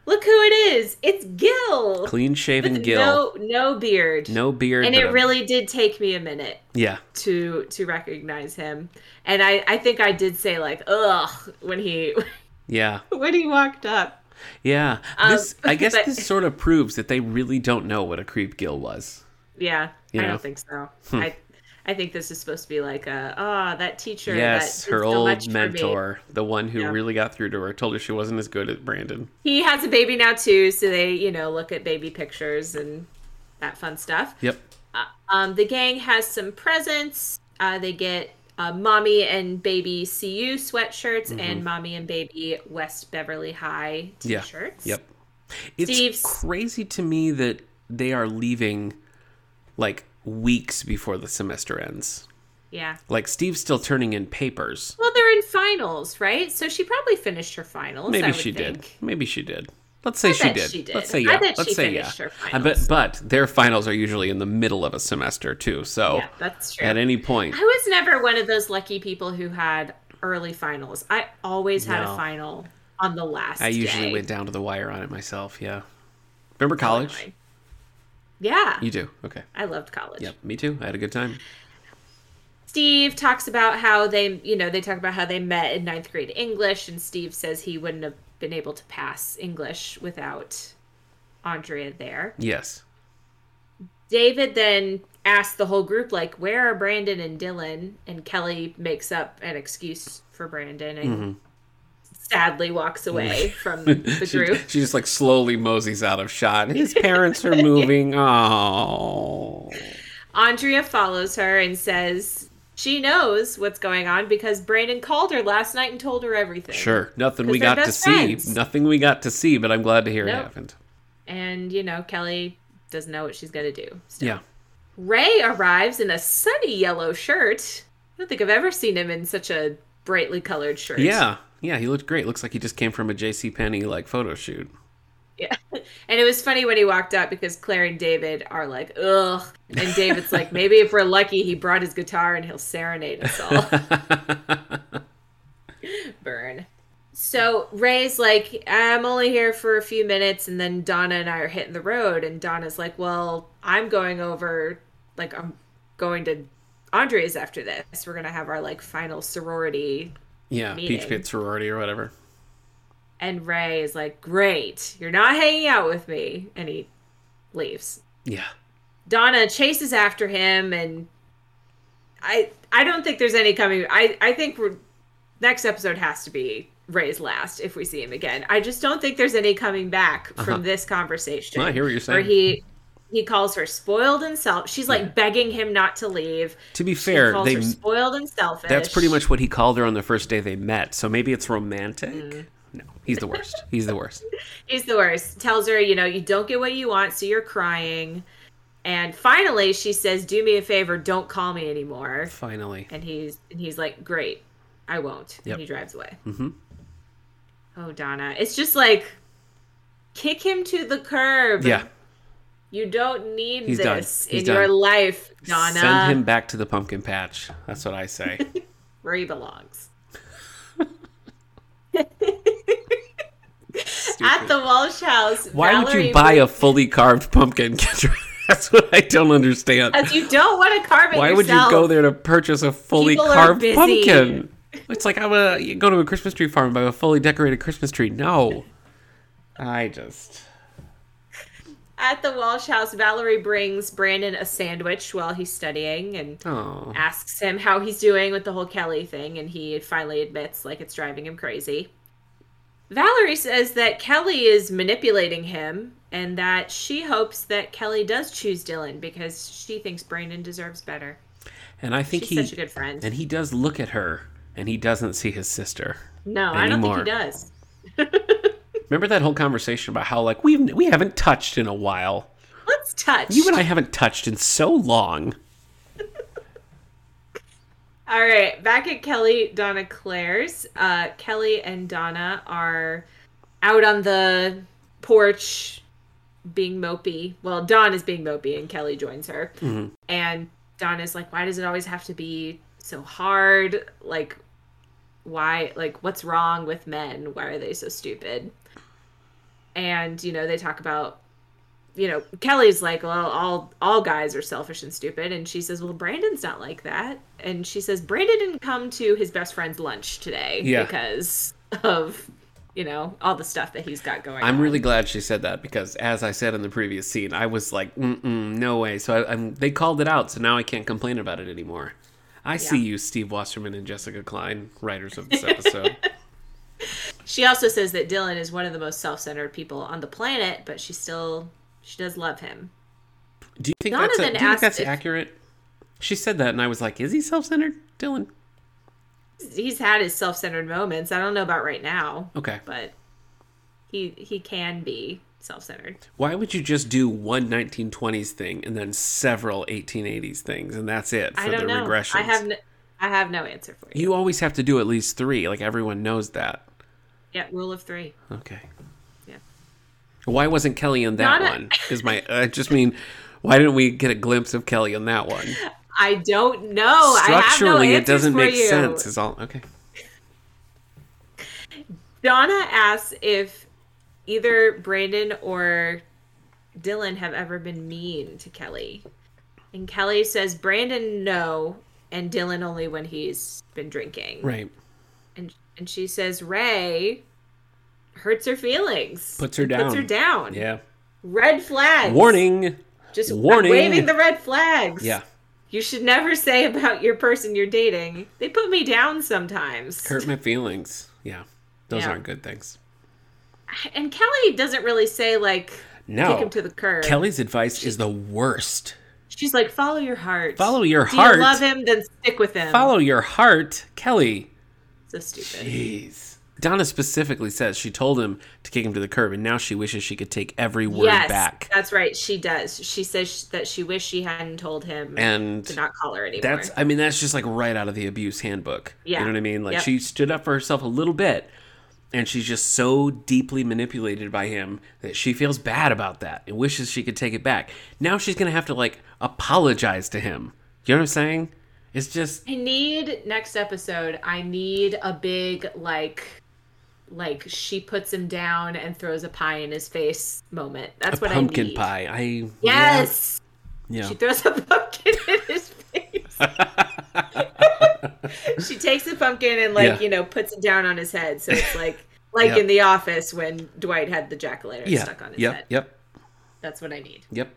[SPEAKER 2] Look who it is! It's Gil.
[SPEAKER 1] Clean shaven
[SPEAKER 2] With
[SPEAKER 1] Gil, no,
[SPEAKER 2] No, no beard.
[SPEAKER 1] beard.
[SPEAKER 2] And
[SPEAKER 1] but
[SPEAKER 2] it
[SPEAKER 1] a-
[SPEAKER 2] really did take me a minute.
[SPEAKER 1] yeah.
[SPEAKER 2] to to recognize him and i i think i did say like ugh when he
[SPEAKER 1] Yeah.
[SPEAKER 2] when he walked up
[SPEAKER 1] Yeah,
[SPEAKER 2] Um,
[SPEAKER 1] this I guess
[SPEAKER 2] but-
[SPEAKER 1] this sort of proves that they really don't know what a creep gill was.
[SPEAKER 2] yeah i
[SPEAKER 1] Yeah. Hmm.
[SPEAKER 2] don't think so i i think this is supposed to be like a ah that teacher
[SPEAKER 1] yes,
[SPEAKER 2] that did
[SPEAKER 1] her
[SPEAKER 2] so
[SPEAKER 1] old
[SPEAKER 2] much for me."
[SPEAKER 1] mentor, the one who
[SPEAKER 2] Yeah.
[SPEAKER 1] really got through to her, told her she wasn't as good at Brandon.
[SPEAKER 2] he has a baby now too so they you know look at baby pictures and that fun stuff
[SPEAKER 1] Yep.
[SPEAKER 2] Uh, um, the gang has some presents. Uh, they get uh, mommy and baby CU sweatshirts and mommy and baby West Beverly High
[SPEAKER 1] Mm-hmm. Yeah.
[SPEAKER 2] t-shirts.
[SPEAKER 1] Yep. It's
[SPEAKER 2] Steve's-
[SPEAKER 1] crazy to me that they are leaving like weeks before the semester ends.
[SPEAKER 2] Yeah.
[SPEAKER 1] Like Steve's still turning in papers.
[SPEAKER 2] Well, they're in finals, right? So she probably finished her finals. I
[SPEAKER 1] Maybe
[SPEAKER 2] would
[SPEAKER 1] she did.
[SPEAKER 2] think.
[SPEAKER 1] Maybe she did. Let's say she
[SPEAKER 2] bet
[SPEAKER 1] did.
[SPEAKER 2] she did.
[SPEAKER 1] Let's say
[SPEAKER 2] I
[SPEAKER 1] yeah.
[SPEAKER 2] bet
[SPEAKER 1] Let's
[SPEAKER 2] she
[SPEAKER 1] say yeah.
[SPEAKER 2] finished her
[SPEAKER 1] I bet, but their finals are usually in the middle of a semester too. So
[SPEAKER 2] Yeah, that's true.
[SPEAKER 1] at any point,
[SPEAKER 2] I was never one of those lucky people who had early finals. I always had
[SPEAKER 1] No.
[SPEAKER 2] a final on the last.
[SPEAKER 1] I usually
[SPEAKER 2] day.
[SPEAKER 1] went down to the wire on it myself. Yeah.
[SPEAKER 2] Oh,
[SPEAKER 1] Remember college?
[SPEAKER 2] Yeah,
[SPEAKER 1] You do. Okay.
[SPEAKER 2] I loved college.
[SPEAKER 1] Yep. Me too. I had a good time.
[SPEAKER 2] Steve talks about how they, you know, they talk about how they met in ninth grade English, and Steve says he wouldn't have been able to pass English without Andrea there.
[SPEAKER 1] Yes.
[SPEAKER 2] David then asks the whole group, like, where are Brandon and Dylan? And Kelly makes up an excuse for Brandon and
[SPEAKER 1] Mm-hmm.
[SPEAKER 2] sadly walks away from the
[SPEAKER 1] She,
[SPEAKER 2] group.
[SPEAKER 1] she just like slowly moseys out of shot. His parents are moving. Oh.
[SPEAKER 2] Andrea follows her and says she knows what's going on because Brandon called her last night and told her everything.
[SPEAKER 1] Sure. Nothing we
[SPEAKER 2] 'Cause they're
[SPEAKER 1] got to
[SPEAKER 2] best friends.
[SPEAKER 1] see. Nothing we got to see, but I'm glad to hear it
[SPEAKER 2] Nope.
[SPEAKER 1] happened.
[SPEAKER 2] And, you know, Kelly doesn't know what she's going to do. So-
[SPEAKER 1] Yeah.
[SPEAKER 2] Ray arrives in a sunny yellow shirt. I don't think I've ever seen him in such a brightly colored shirt.
[SPEAKER 1] Yeah. Yeah, he looked great. Looks like he just came from a JC Penney like photo shoot.
[SPEAKER 2] Yeah. And it was funny when he walked up because Claire and David are like, ugh. And David's like, maybe if we're lucky, he brought his guitar and he'll serenade us all. Burn. So Ray's like, I'm only here for a few minutes. And then Donna and I are hitting the road. And Donna's like, well, I'm going over, like, I'm going to Andre's after this. We're going to have our, like, final sorority
[SPEAKER 1] Yeah, Peach
[SPEAKER 2] Meeting.
[SPEAKER 1] Pit sorority or whatever.
[SPEAKER 2] And Ray is like, Great, you're not hanging out with me. And he leaves.
[SPEAKER 1] Yeah.
[SPEAKER 2] Donna chases after him and I I don't think there's any coming I, I think we're, next episode has to be Ray's last if we see him again. I just don't think there's any coming back
[SPEAKER 1] Uh-huh.
[SPEAKER 2] from this conversation.
[SPEAKER 1] No, I hear what you're
[SPEAKER 2] Where
[SPEAKER 1] saying.
[SPEAKER 2] he he calls her spoiled and self she's like begging him not to leave.
[SPEAKER 1] to be
[SPEAKER 2] he
[SPEAKER 1] fair,
[SPEAKER 2] calls
[SPEAKER 1] they
[SPEAKER 2] her spoiled and selfish.
[SPEAKER 1] that's pretty much what he called her on the first day they met. So maybe it's romantic.
[SPEAKER 2] Mm.
[SPEAKER 1] No, he's the worst. He's the worst.
[SPEAKER 2] He's the worst. Tells her, you know, you don't get what you want, so you're crying. And finally, she says, "Do me a favor, don't call me anymore."
[SPEAKER 1] Finally.
[SPEAKER 2] And he's and he's like, "Great, I won't."
[SPEAKER 1] Yep.
[SPEAKER 2] And he drives away.
[SPEAKER 1] Mhm.
[SPEAKER 2] Oh, Donna, it's just like kick him to the curb.
[SPEAKER 1] Yeah.
[SPEAKER 2] you don't need
[SPEAKER 1] He's done.
[SPEAKER 2] this
[SPEAKER 1] He's
[SPEAKER 2] in
[SPEAKER 1] done.
[SPEAKER 2] your life, Donna,
[SPEAKER 1] Send him back to the pumpkin patch. That's what I say.
[SPEAKER 2] where he belongs. At the Walsh house,
[SPEAKER 1] Why would
[SPEAKER 2] Valerie
[SPEAKER 1] you buy a fully carved pumpkin, Kendra? That's what I don't understand.
[SPEAKER 2] Because you don't want to carve it
[SPEAKER 1] Why would you
[SPEAKER 2] yourself.
[SPEAKER 1] go there to purchase a fully
[SPEAKER 2] People are
[SPEAKER 1] carved
[SPEAKER 2] busy.
[SPEAKER 1] pumpkin? It's like I'm gonna you go to a Christmas tree farm and buy a fully decorated Christmas tree. No, I just
[SPEAKER 2] At the Walsh house, Valerie brings Brandon a sandwich while he's studying and
[SPEAKER 1] oh
[SPEAKER 2] asks him how he's doing with the whole Kelly thing, and he finally admits like it's driving him crazy. Valerie says that Kelly is manipulating him and that she hopes that Kelly does choose Dylan because she thinks Brandon deserves better.
[SPEAKER 1] and I think
[SPEAKER 2] She's
[SPEAKER 1] he
[SPEAKER 2] such a good friend.
[SPEAKER 1] and he does look at her and he doesn't see his sister.
[SPEAKER 2] no, I don't think
[SPEAKER 1] anymore.
[SPEAKER 2] he does.
[SPEAKER 1] Remember that whole conversation about how like we we haven't touched in a while.
[SPEAKER 2] Let's touch.
[SPEAKER 1] You and I haven't touched in so long.
[SPEAKER 2] All right, back at Kelly Donna Claire's. Uh, Kelly and Donna are out on the porch being mopey. Well, Dawn is being mopey, and Kelly joins her. And Dawn is like, "Why does it always have to be so hard? Like, why? Like, what's wrong with men? Why are they so stupid?" And you know, they talk about. You know, Kelly's like, well, all all guys are selfish and stupid, and she says, well, Brandon's not like that, and she says Brandon didn't come to his best friend's lunch today
[SPEAKER 1] Yeah.
[SPEAKER 2] because of, you know, all the stuff that he's got going.
[SPEAKER 1] I'm
[SPEAKER 2] on.
[SPEAKER 1] really glad she said that because, as I said in the previous scene, I was like, Mm-mm, "No way!" So I, I'm, they called it out, so now I can't complain about it anymore. I see you, Steve Wasserman and Jessica Klein, writers of this episode.
[SPEAKER 2] She also says that Dylan is one of the most self-centered people on the planet, but she still she does love him.
[SPEAKER 1] do you think
[SPEAKER 2] Donovan
[SPEAKER 1] that's, a, do you think
[SPEAKER 2] asked
[SPEAKER 1] that's
[SPEAKER 2] if-
[SPEAKER 1] accurate? She said that, and I was like, "Is he self-centered, Dylan?"
[SPEAKER 2] He's had his self-centered moments. I don't know about right now,
[SPEAKER 1] Okay.
[SPEAKER 2] but he he can be self-centered.
[SPEAKER 1] Why would you just do one 1920s thing and then several 1880s things, and that's it for
[SPEAKER 2] I
[SPEAKER 1] the
[SPEAKER 2] don't know.
[SPEAKER 1] regressions?
[SPEAKER 2] I have no, I have no answer for you.
[SPEAKER 1] you always have to do at least three. Like everyone knows that.
[SPEAKER 2] Yeah, rule of 3.
[SPEAKER 1] Okay.
[SPEAKER 2] Yeah.
[SPEAKER 1] Why wasn't Kelly in that
[SPEAKER 2] Not a-
[SPEAKER 1] one? Is my I just mean, why didn't we get a glimpse of Kelly in that one?
[SPEAKER 2] I don't know. Oh, I have
[SPEAKER 1] Structurally,
[SPEAKER 2] no
[SPEAKER 1] it doesn't
[SPEAKER 2] answers for
[SPEAKER 1] make
[SPEAKER 2] you.
[SPEAKER 1] sense. Is all okay.
[SPEAKER 2] Donna asks if either Brandon or Dylan have ever been mean to Kelly. And Kelly says, Brandon, no. and Dylan only when he's been drinking.
[SPEAKER 1] Right.
[SPEAKER 2] And and she says Ray hurts her feelings.
[SPEAKER 1] Puts her
[SPEAKER 2] Puts
[SPEAKER 1] down.
[SPEAKER 2] her down.
[SPEAKER 1] Yeah.
[SPEAKER 2] Red flags.
[SPEAKER 1] Warning.
[SPEAKER 2] Just I'm
[SPEAKER 1] Warning.
[SPEAKER 2] waving the red flags.
[SPEAKER 1] Yeah.
[SPEAKER 2] You should never say about your person you're dating. They put me down sometimes.
[SPEAKER 1] Hurt my feelings. Yeah. Those
[SPEAKER 2] Yeah.
[SPEAKER 1] aren't good things.
[SPEAKER 2] And Kelly doesn't really say like
[SPEAKER 1] No.
[SPEAKER 2] kick him to the curb.
[SPEAKER 1] Kelly's advice is the worst.
[SPEAKER 2] She's like follow your heart.
[SPEAKER 1] Follow your
[SPEAKER 2] Do
[SPEAKER 1] heart.
[SPEAKER 2] You love him, then stick with him.
[SPEAKER 1] Follow your heart, Kelly.
[SPEAKER 2] So stupid.
[SPEAKER 1] Jeez. Donna specifically says she told him to kick him to the curb, and now she wishes she could take every word back.
[SPEAKER 2] That's right. She does. She says sh- that she wished she hadn't told him
[SPEAKER 1] And
[SPEAKER 2] to not call her anymore.
[SPEAKER 1] that's, I mean, that's just like right out of the abuse handbook.
[SPEAKER 2] Yeah.
[SPEAKER 1] You know what I mean? Like
[SPEAKER 2] Yep.
[SPEAKER 1] she stood up for herself a little bit, and she's just so deeply manipulated by him that she feels bad about that and wishes she could take it back. Now she's going to have to like apologize to him. You know what I'm saying? It's just,
[SPEAKER 2] I need next episode. I need a big like, like she puts him down and throws a pie in his face moment. That's what I
[SPEAKER 1] pumpkin
[SPEAKER 2] need.
[SPEAKER 1] pie. I
[SPEAKER 2] Yes,
[SPEAKER 1] yeah,
[SPEAKER 2] she throws a pumpkin in his face. she takes the pumpkin and like
[SPEAKER 1] Yeah.
[SPEAKER 2] you know puts it down on his head. So it's like like
[SPEAKER 1] Yeah.
[SPEAKER 2] in the office when Dwight had the jack o' lantern
[SPEAKER 1] yeah,
[SPEAKER 2] stuck on his
[SPEAKER 1] yep,
[SPEAKER 2] head.
[SPEAKER 1] yep,
[SPEAKER 2] That's what I need.
[SPEAKER 1] yep.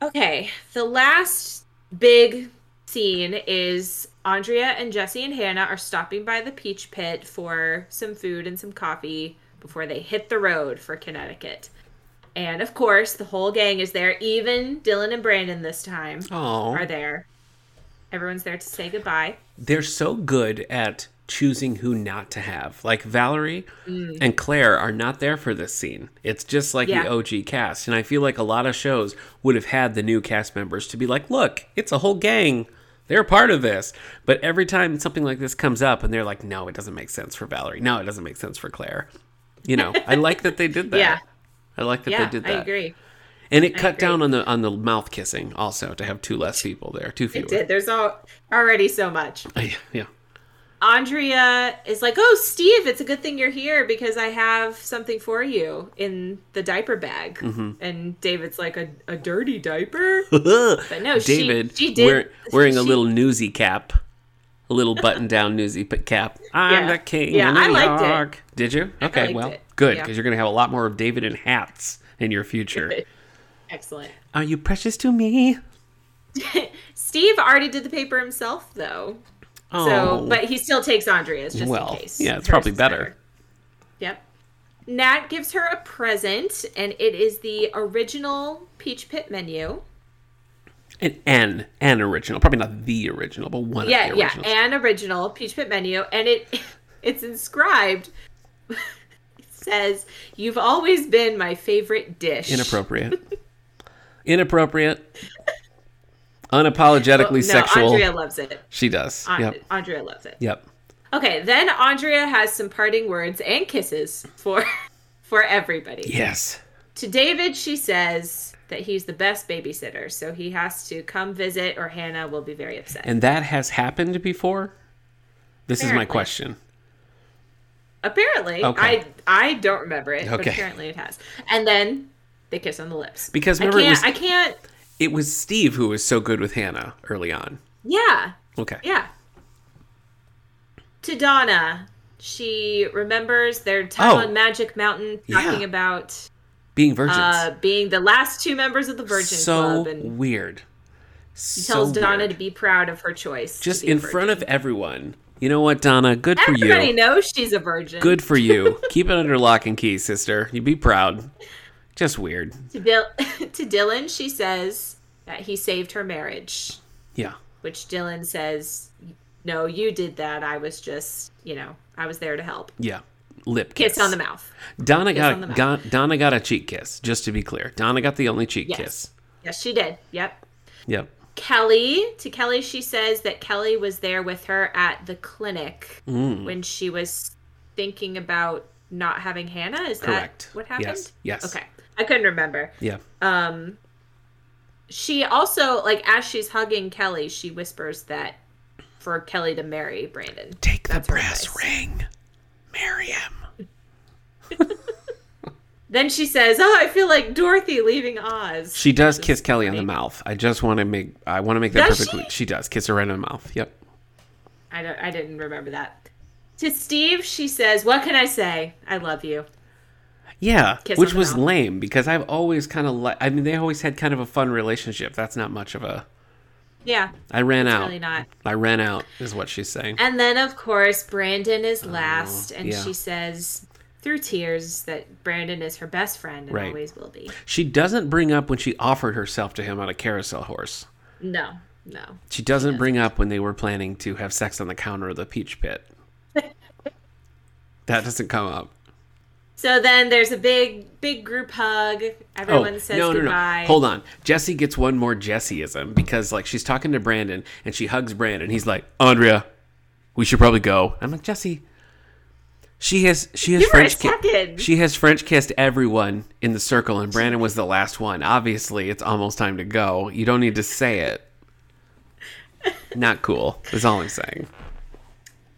[SPEAKER 2] Okay, the last big scene is Andrea and Jesse and Hannah are stopping by the Peach Pit for some food and some coffee before they hit the road for Connecticut. And of course, the whole gang is there, even Dylan and Brandon this time
[SPEAKER 1] Oh,
[SPEAKER 2] are there. Everyone's there to say goodbye.
[SPEAKER 1] they're so good at choosing who not to have. Like Valerie and Claire are not there for this scene. It's just like
[SPEAKER 2] Mm. Yeah.
[SPEAKER 1] the OG cast. And I feel like a lot of shows would have had the new cast members to be like, look, it's a whole gang. They're a part of this. But every time something like this comes up and they're like, no, it doesn't make sense for Valerie. No, it doesn't make sense for Claire. You know, I like that they did that.
[SPEAKER 2] Yeah.
[SPEAKER 1] I like that
[SPEAKER 2] Yeah,
[SPEAKER 1] they did
[SPEAKER 2] I
[SPEAKER 1] that.
[SPEAKER 2] agree.
[SPEAKER 1] And it cut
[SPEAKER 2] agree.
[SPEAKER 1] down on the on the mouth kissing also to have two less people there, two fewer.
[SPEAKER 2] It did. There's all, already so much.
[SPEAKER 1] yeah.
[SPEAKER 2] Andrea is like, "Oh, Steve, it's a good thing you're here because I have something for you in the diaper bag."
[SPEAKER 1] Mm-hmm.
[SPEAKER 2] And David's like, "A, a dirty diaper?" but no, she-
[SPEAKER 1] David
[SPEAKER 2] she, did
[SPEAKER 1] wear- wearing a
[SPEAKER 2] she-
[SPEAKER 1] little newsy cap, a little button-down newsy p- cap. I'm
[SPEAKER 2] Yeah.
[SPEAKER 1] the king.
[SPEAKER 2] Yeah,
[SPEAKER 1] of New
[SPEAKER 2] I liked it.
[SPEAKER 1] York. Did you? Okay,
[SPEAKER 2] liked
[SPEAKER 1] well,
[SPEAKER 2] it.
[SPEAKER 1] good
[SPEAKER 2] Yeah.
[SPEAKER 1] because you're gonna have a lot more of David in hats in your future.
[SPEAKER 2] excellent.
[SPEAKER 1] Are you precious to me?
[SPEAKER 2] Steve already did the paper himself, though. So, but he still takes Andrea's just
[SPEAKER 1] Oh. well,
[SPEAKER 2] in case.
[SPEAKER 1] yeah, it's
[SPEAKER 2] Hers
[SPEAKER 1] probably
[SPEAKER 2] is
[SPEAKER 1] better.
[SPEAKER 2] Yep. Nat gives her a present, and it is the original peach pit menu.
[SPEAKER 1] An an an original, probably not the original, but one
[SPEAKER 2] yeah
[SPEAKER 1] of the
[SPEAKER 2] yeah
[SPEAKER 1] originals.
[SPEAKER 2] an original peach pit menu and it it's inscribed it says you've always been my favorite dish
[SPEAKER 1] Inappropriate. Inappropriate. Unapologetically
[SPEAKER 2] Well, no,
[SPEAKER 1] sexual.
[SPEAKER 2] andrea loves it
[SPEAKER 1] She does.
[SPEAKER 2] An-
[SPEAKER 1] yep.
[SPEAKER 2] andrea loves it
[SPEAKER 1] Yep.
[SPEAKER 2] okay then andrea has some parting words and kisses for for everybody
[SPEAKER 1] Yes.
[SPEAKER 2] to david she says that he's the best babysitter so he has to come visit or hannah will be very upset
[SPEAKER 1] And that has happened before? This is my
[SPEAKER 2] Apparently.
[SPEAKER 1] question.
[SPEAKER 2] apparently
[SPEAKER 1] Okay.
[SPEAKER 2] i i don't remember it but
[SPEAKER 1] Okay.
[SPEAKER 2] apparently it has and then they kiss on the lips
[SPEAKER 1] Because remember
[SPEAKER 2] I
[SPEAKER 1] it
[SPEAKER 2] can't,
[SPEAKER 1] was
[SPEAKER 2] I can't
[SPEAKER 1] it was Steve who was so good with Hannah early on.
[SPEAKER 2] Yeah,
[SPEAKER 1] Okay.
[SPEAKER 2] yeah. To Donna, she remembers their time
[SPEAKER 1] Oh.
[SPEAKER 2] on Magic Mountain talking
[SPEAKER 1] Yeah.
[SPEAKER 2] about
[SPEAKER 1] Being virgins.
[SPEAKER 2] uh, being the last two members of the Virgin
[SPEAKER 1] so
[SPEAKER 2] Club, and
[SPEAKER 1] weird.
[SPEAKER 2] she tells
[SPEAKER 1] so
[SPEAKER 2] Donna
[SPEAKER 1] weird.
[SPEAKER 2] to be proud of her choice. to
[SPEAKER 1] just
[SPEAKER 2] be a
[SPEAKER 1] in
[SPEAKER 2] virgin.
[SPEAKER 1] front of everyone. You know what, Donna? Good for
[SPEAKER 2] Everybody
[SPEAKER 1] you.
[SPEAKER 2] knows she's a virgin.
[SPEAKER 1] Good for you. Keep it under lock and key, sister. You be proud. Just weird.
[SPEAKER 2] To, Dil- to Dylan, she says that he saved her marriage,
[SPEAKER 1] Yeah.
[SPEAKER 2] which Dylan says, "No, you did that. I was just, you know, I was there to help."
[SPEAKER 1] Yeah. Lip kiss.
[SPEAKER 2] Kiss on the mouth.
[SPEAKER 1] Donna
[SPEAKER 2] on the
[SPEAKER 1] got,
[SPEAKER 2] mouth.
[SPEAKER 1] got Donna got a cheek kiss, just to be clear. Donna got the only cheek
[SPEAKER 2] Yes.
[SPEAKER 1] kiss.
[SPEAKER 2] Yes, she did. Yep.
[SPEAKER 1] Yep.
[SPEAKER 2] Kelly. To Kelly, she says that Kelly was there with her at the clinic
[SPEAKER 1] Mm.
[SPEAKER 2] when she was thinking about not having Hannah. Is
[SPEAKER 1] Correct.
[SPEAKER 2] that what happened?
[SPEAKER 1] Yes, yes.
[SPEAKER 2] Okay. I couldn't remember.
[SPEAKER 1] Yeah.
[SPEAKER 2] She also, like, as she's hugging Kelly, she whispers that for Kelly to marry Brandon.
[SPEAKER 1] Take the
[SPEAKER 2] her
[SPEAKER 1] brass
[SPEAKER 2] advice.
[SPEAKER 1] ring. Marry him.
[SPEAKER 2] Then she says, "Oh, I feel like Dorothy leaving Oz."
[SPEAKER 1] She does kiss Kelly on the mouth. I just want to make I want to make that
[SPEAKER 2] Does
[SPEAKER 1] perfectly.
[SPEAKER 2] she?
[SPEAKER 1] She? does kiss her right on the mouth. Yep.
[SPEAKER 2] I don't. I didn't remember that. To Steve, she says, "What can I say? I love you."
[SPEAKER 1] Yeah,
[SPEAKER 2] Kiss on
[SPEAKER 1] which
[SPEAKER 2] the
[SPEAKER 1] was
[SPEAKER 2] mouth.
[SPEAKER 1] lame because I've always kind of like. I mean, they always had kind of a fun relationship. That's not much of a.
[SPEAKER 2] Yeah,
[SPEAKER 1] I ran out.
[SPEAKER 2] really not.
[SPEAKER 1] I ran out is what she's saying.
[SPEAKER 2] And then, of course, Brandon is last, and
[SPEAKER 1] Oh, yeah.
[SPEAKER 2] she says through tears that Brandon is her best friend and
[SPEAKER 1] Right.
[SPEAKER 2] always will be.
[SPEAKER 1] She doesn't bring up when she offered herself to him on a carousel horse.
[SPEAKER 2] No, no.
[SPEAKER 1] She doesn't bring up when they were planning to have sex on the counter of the peach pit. that doesn't come up.
[SPEAKER 2] So then there's a big, big group hug.
[SPEAKER 1] Oh,
[SPEAKER 2] Everyone says goodbye.
[SPEAKER 1] Hold on. Jesse gets one more Jesseism because like she's talking to Brandon and she hugs Brandon. He's like, Andrea, we should probably go. I'm like, Jesse. She has she has
[SPEAKER 2] Give her a
[SPEAKER 1] French ki-
[SPEAKER 2] second.
[SPEAKER 1] She has French kissed everyone in the circle and Brandon was the last one. Obviously, it's almost time to go. You don't need to say it. Not cool. Is all I'm saying.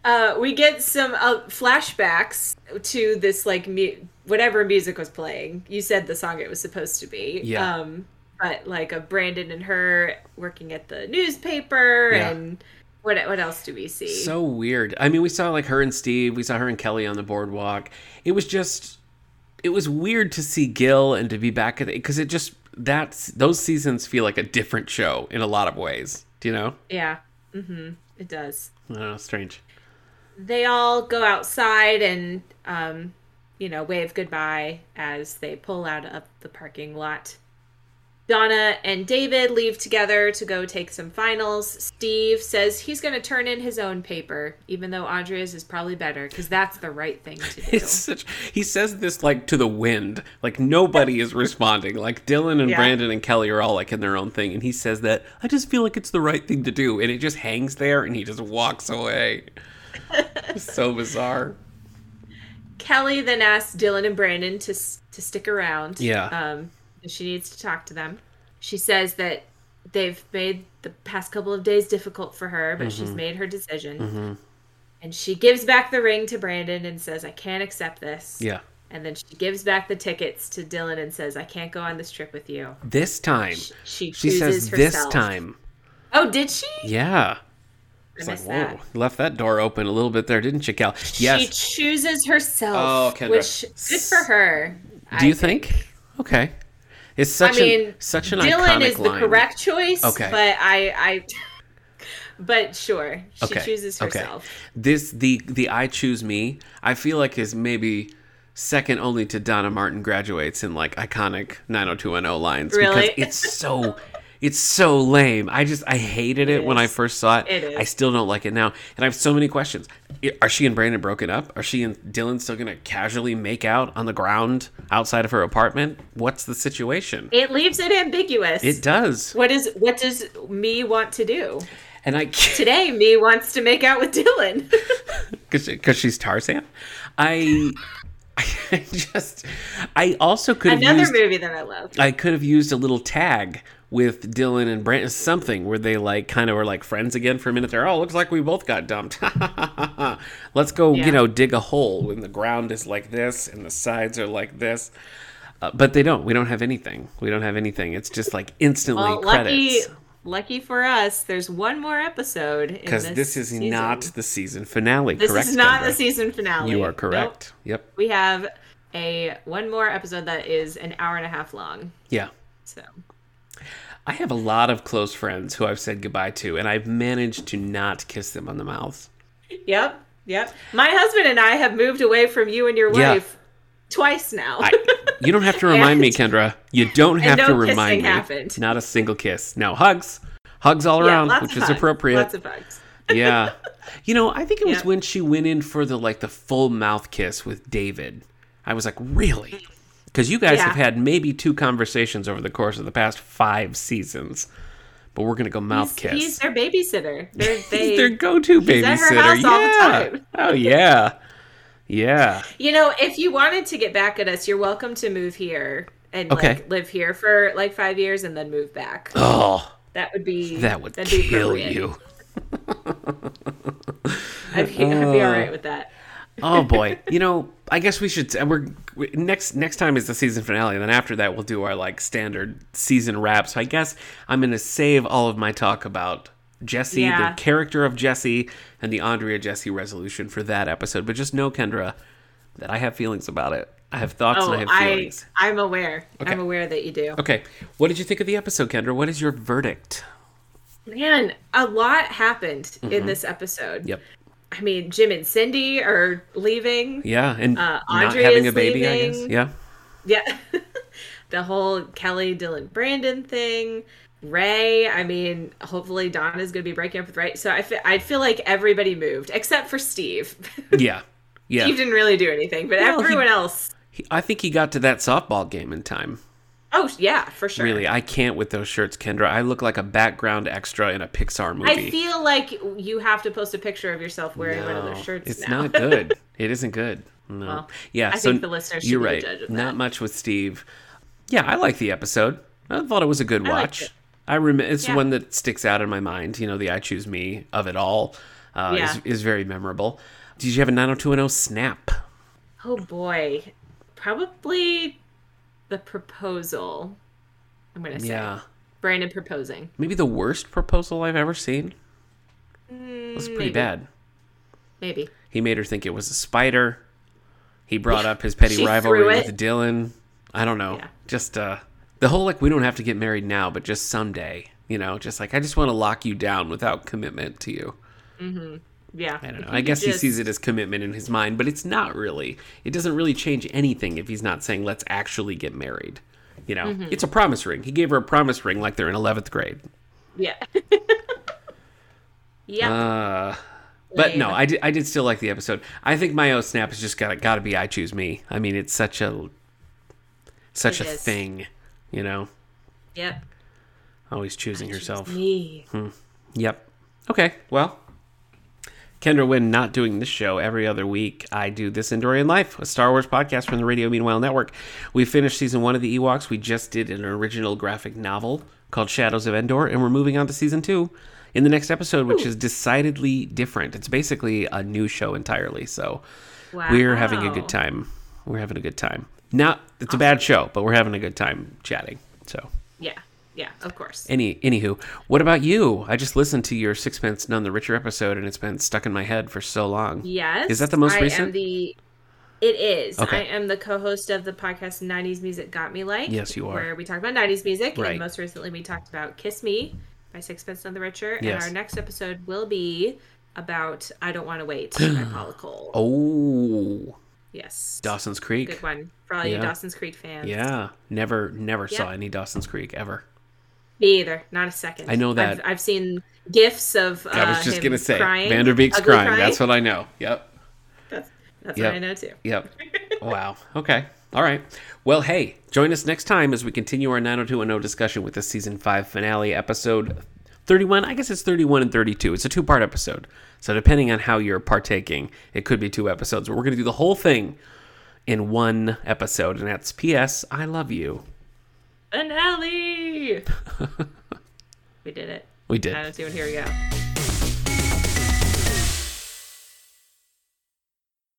[SPEAKER 2] Uh, we get some uh, flashbacks to this, like, mu- whatever music was playing. You said the song it was supposed to be.
[SPEAKER 1] Yeah.
[SPEAKER 2] Um, but, like, of Brandon and her working at the newspaper,
[SPEAKER 1] Yeah.
[SPEAKER 2] and what, what else do we see?
[SPEAKER 1] So weird. I mean, we saw like her and Steve, we saw her and Kelly on the boardwalk. It was just, it was weird to see Gil and to be back at it because it just that's those seasons feel like a different show in a lot of ways. Do you know?
[SPEAKER 2] yeah. Mm-hmm. It does.
[SPEAKER 1] I don't know. Strange.
[SPEAKER 2] they all go outside and um, you know wave goodbye as they pull out of the parking lot donna and david leave together to go take some finals steve says he's going to turn in his own paper even though andrea's is probably better because that's the right thing to do
[SPEAKER 1] It's such. He says this like to the wind. Like nobody is responding. Like Dylan and
[SPEAKER 2] Yeah.
[SPEAKER 1] Brandon and Kelly are all like in their own thing, and he says that I just feel like it's the right thing to do, and it just hangs there, and he just walks away. so bizarre.
[SPEAKER 2] kelly then asks dylan and brandon to, s- to stick around
[SPEAKER 1] Yeah.
[SPEAKER 2] um, she needs to talk to them she says that they've made the past couple of days difficult for her but
[SPEAKER 1] Mm-hmm.
[SPEAKER 2] she's made her decision And she gives back the ring to Brandon and says, I can't accept this.
[SPEAKER 1] Yeah.
[SPEAKER 2] And then she gives back the tickets to Dylan and says, I can't go on this trip with you.
[SPEAKER 1] This time.
[SPEAKER 2] She,
[SPEAKER 1] She
[SPEAKER 2] chooses
[SPEAKER 1] says this
[SPEAKER 2] herself.
[SPEAKER 1] time.
[SPEAKER 2] Oh, did she?
[SPEAKER 1] Yeah.
[SPEAKER 2] I
[SPEAKER 1] It's like,
[SPEAKER 2] missed
[SPEAKER 1] whoa.
[SPEAKER 2] that.
[SPEAKER 1] you Left that door open a little bit there, didn't you, Cal? Yes.
[SPEAKER 2] She chooses herself.
[SPEAKER 1] Oh, Kendra.
[SPEAKER 2] Which, good for her.
[SPEAKER 1] Do you think? Okay. It's such
[SPEAKER 2] I mean,
[SPEAKER 1] an such an
[SPEAKER 2] Dylan
[SPEAKER 1] iconic
[SPEAKER 2] is the
[SPEAKER 1] line.
[SPEAKER 2] correct choice.
[SPEAKER 1] Okay.
[SPEAKER 2] But I, I, but sure. She
[SPEAKER 1] okay.
[SPEAKER 2] chooses herself.
[SPEAKER 1] This the the I choose me. I feel like is maybe second only to Donna Martin graduates in like iconic 90210 lines
[SPEAKER 2] Really?
[SPEAKER 1] because it's so it's so lame. I just I hated it, when I
[SPEAKER 2] is.
[SPEAKER 1] first saw it.
[SPEAKER 2] It is.
[SPEAKER 1] I still don't like it now, and I have so many questions. I- Are she and Brandon broken up? Are she and Dylan still gonna casually make out on the ground outside of her apartment? What's the situation?
[SPEAKER 2] It leaves it ambiguous.
[SPEAKER 1] It does,
[SPEAKER 2] what is what does me want to do?
[SPEAKER 1] and I can't-
[SPEAKER 2] Today me wants to make out with Dylan.
[SPEAKER 1] because she's Tarzan. I, I just, I also could have
[SPEAKER 2] Another
[SPEAKER 1] used,
[SPEAKER 2] movie that I love.
[SPEAKER 1] I could have used a little tag with Dylan and Brandon, something where they like kind of were like friends again for a minute. There, oh, looks like we both got dumped. Let's go,
[SPEAKER 2] Yeah.
[SPEAKER 1] you know, dig a hole when the ground is like this and the sides are like this. Uh, but they don't. We don't have anything. We don't have anything. It's just like instantly
[SPEAKER 2] Well, lucky,
[SPEAKER 1] credits
[SPEAKER 2] lucky for us, there's one more episode.
[SPEAKER 1] because this, is not the season finale.
[SPEAKER 2] This
[SPEAKER 1] correct?
[SPEAKER 2] is not
[SPEAKER 1] Kendra?
[SPEAKER 2] the season finale.
[SPEAKER 1] You are
[SPEAKER 2] Nope.
[SPEAKER 1] correct. Yep.
[SPEAKER 2] We have a one more episode that is an hour and a half long.
[SPEAKER 1] Yeah.
[SPEAKER 2] So
[SPEAKER 1] I have a lot of close friends who I've said goodbye to, and I've managed to not kiss them on the mouth.
[SPEAKER 2] yep, yep. My husband and I have moved away from you and your
[SPEAKER 1] Yeah.
[SPEAKER 2] wife twice now.
[SPEAKER 1] I, you don't have to remind me, Kendra. You don't have
[SPEAKER 2] no
[SPEAKER 1] to
[SPEAKER 2] kissing
[SPEAKER 1] remind me.
[SPEAKER 2] happened.
[SPEAKER 1] Not a single kiss. No hugs. Hugs all
[SPEAKER 2] Yeah,
[SPEAKER 1] around,
[SPEAKER 2] lots
[SPEAKER 1] which
[SPEAKER 2] of
[SPEAKER 1] is
[SPEAKER 2] hugs,
[SPEAKER 1] appropriate.
[SPEAKER 2] Lots of hugs.
[SPEAKER 1] yeah. You know, I think it was
[SPEAKER 2] Yeah.
[SPEAKER 1] when she went in for the like the full mouth kiss with David. I was like, really? Because you guys
[SPEAKER 2] Yeah.
[SPEAKER 1] have had maybe two conversations over the course of the past five seasons, but we're gonna go mouth
[SPEAKER 2] He's,
[SPEAKER 1] kiss.
[SPEAKER 2] he's their babysitter. They're, they,
[SPEAKER 1] He's their go-to babysitter.
[SPEAKER 2] at her house
[SPEAKER 1] yeah.
[SPEAKER 2] all the time.
[SPEAKER 1] Oh yeah. Yeah.
[SPEAKER 2] You know, if you wanted to get back at us, you're welcome to move here and
[SPEAKER 1] Okay.
[SPEAKER 2] like live here for like five years and then move back.
[SPEAKER 1] Oh,
[SPEAKER 2] That would be
[SPEAKER 1] that would
[SPEAKER 2] that'd be
[SPEAKER 1] kill
[SPEAKER 2] appropriate.
[SPEAKER 1] you.
[SPEAKER 2] I'd be, I'd be all right with that.
[SPEAKER 1] oh boy you know i guess we should and we're we- next next time is the season finale and then after that we'll do our like standard season wrap so i guess i'm gonna save all of my talk about jesse
[SPEAKER 2] Yeah.
[SPEAKER 1] the character of jesse and the andrea jesse resolution for that episode but just know kendra that i have feelings about it i have thoughts
[SPEAKER 2] Oh,
[SPEAKER 1] and i have
[SPEAKER 2] I,
[SPEAKER 1] feelings
[SPEAKER 2] I am aware. I'm aware that you do.
[SPEAKER 1] okay what did you think of the episode kendra what is your verdict
[SPEAKER 2] Man, a lot happened in this episode.
[SPEAKER 1] Mm-hmm. yep
[SPEAKER 2] I mean, Jim and Cindy are leaving.
[SPEAKER 1] yeah and
[SPEAKER 2] Uh,
[SPEAKER 1] not
[SPEAKER 2] Andrea's
[SPEAKER 1] having a baby i guess
[SPEAKER 2] leaving.
[SPEAKER 1] yeah
[SPEAKER 2] Yeah. the whole Kelly, Dylan, Brandon thing. Ray, I mean, hopefully Donna's going to be breaking up with Ray. So I fe- I feel like everybody moved except for Steve.
[SPEAKER 1] yeah yeah
[SPEAKER 2] Steve didn't really do anything, but
[SPEAKER 1] Well, he-
[SPEAKER 2] everyone else.
[SPEAKER 1] He- i think he got to that softball game in time
[SPEAKER 2] Oh, yeah, for sure.
[SPEAKER 1] Really, I can't with those shirts, Kendra. I look like a background extra in a Pixar movie.
[SPEAKER 2] I feel like you have to post a picture of yourself wearing one of
[SPEAKER 1] No,
[SPEAKER 2] those shirts
[SPEAKER 1] It's
[SPEAKER 2] now.
[SPEAKER 1] not good. It isn't good. No.
[SPEAKER 2] Well,
[SPEAKER 1] yeah.
[SPEAKER 2] I
[SPEAKER 1] so
[SPEAKER 2] think the listeners should
[SPEAKER 1] you're
[SPEAKER 2] be the
[SPEAKER 1] right.
[SPEAKER 2] judge of
[SPEAKER 1] Not
[SPEAKER 2] that.
[SPEAKER 1] much with Steve. Yeah, I like the episode. I thought it was a good
[SPEAKER 2] liked
[SPEAKER 1] watch.
[SPEAKER 2] it.
[SPEAKER 1] I remember it's
[SPEAKER 2] Yeah.
[SPEAKER 1] one that sticks out in my mind. You know, the "I Choose Me" of it all uh,
[SPEAKER 2] Yeah.
[SPEAKER 1] is is very memorable. Did you have a 90210 snap?
[SPEAKER 2] Oh boy, probably the proposal. I'm gonna say
[SPEAKER 1] Yeah.
[SPEAKER 2] Brandon proposing.
[SPEAKER 1] Maybe the worst proposal I've ever seen. It was pretty
[SPEAKER 2] maybe.
[SPEAKER 1] bad.
[SPEAKER 2] Maybe
[SPEAKER 1] He made her think it was a spider. He brought up his petty
[SPEAKER 2] She
[SPEAKER 1] rivalry
[SPEAKER 2] threw
[SPEAKER 1] with
[SPEAKER 2] it.
[SPEAKER 1] Dylan. I don't know.
[SPEAKER 2] Yeah.
[SPEAKER 1] Just uh the whole like we don't have to get married now, but just someday, you know, just like I just want to lock you down without commitment to you.
[SPEAKER 2] yeah.
[SPEAKER 1] I don't know. I guess he sees it as commitment in his mind, but it's not really. It doesn't really change anything if he's not saying let's actually get married. You know,
[SPEAKER 2] Mm-hmm.
[SPEAKER 1] it's a promise ring. He gave her a promise ring like they're in 11th grade.
[SPEAKER 2] Yeah. yeah.
[SPEAKER 1] Uh, but no,
[SPEAKER 2] Lame.
[SPEAKER 1] I did, I did still like the episode. I think my O snap has just got to got to be I choose me. I mean, it's such a such
[SPEAKER 2] It
[SPEAKER 1] a
[SPEAKER 2] is.
[SPEAKER 1] thing, you know,
[SPEAKER 2] yep.
[SPEAKER 1] always choosing herself.
[SPEAKER 2] Me.
[SPEAKER 1] Yep. Okay. Well, Kendra Wynn not doing this show every other week. I do This Endorian Life, a Star Wars podcast from the Radio Meanwhile Network. We finished season one of the Ewoks. We just did an original graphic novel called Shadows of Endor, and we're moving on to season two in the next episode, which is decidedly different. It's basically a new show entirely. So
[SPEAKER 2] Wow.
[SPEAKER 1] we're having a good time. We're having a good time. Not it's a bad show, but we're having a good time chatting. So
[SPEAKER 2] Yeah. Yeah. Of course.
[SPEAKER 1] any anywho, what about you? I just listened to your Sixpence None the Richer episode and it's been stuck in my head for so long.
[SPEAKER 2] Yes.
[SPEAKER 1] Is that the most
[SPEAKER 2] I
[SPEAKER 1] recent?
[SPEAKER 2] Am the, it is.
[SPEAKER 1] Okay.
[SPEAKER 2] I am the co-host of the podcast "90s Music Got Me Like."
[SPEAKER 1] Yes, you are.
[SPEAKER 2] Where we talk about '90s music,
[SPEAKER 1] Right.
[SPEAKER 2] and most recently we talked about "Kiss Me" by Sixpence None the Richer, and
[SPEAKER 1] Yes.
[SPEAKER 2] our next episode will be about "I Don't Want to Wait" by Paula Cole.
[SPEAKER 1] oh,
[SPEAKER 2] yes,
[SPEAKER 1] Dawson's Creek.
[SPEAKER 2] good one for all you
[SPEAKER 1] Yeah.
[SPEAKER 2] Dawson's Creek fans.
[SPEAKER 1] Yeah, never never saw
[SPEAKER 2] Yeah.
[SPEAKER 1] any Dawson's Creek ever.
[SPEAKER 2] me either. Not a second.
[SPEAKER 1] I know that.
[SPEAKER 2] I've, I've seen gifs of. Uh,
[SPEAKER 1] I was just
[SPEAKER 2] him
[SPEAKER 1] gonna say
[SPEAKER 2] crying,
[SPEAKER 1] Vanderbeek's
[SPEAKER 2] ugly
[SPEAKER 1] crying. That's what I know. Yep.
[SPEAKER 2] That's, that's
[SPEAKER 1] Yep.
[SPEAKER 2] what I know too.
[SPEAKER 1] Yep. wow. Okay. All right. Well, hey, join us next time as we continue our 90210 discussion with the season five finale episode 31. I guess it's 31 and 32. It's a two part episode. So, depending on how you're partaking, it could be two episodes, but we're going to do the whole thing in one episode. And that's P.S. I love you.
[SPEAKER 2] Finale. we did it.
[SPEAKER 1] We did.
[SPEAKER 2] I don't see it. Here we go.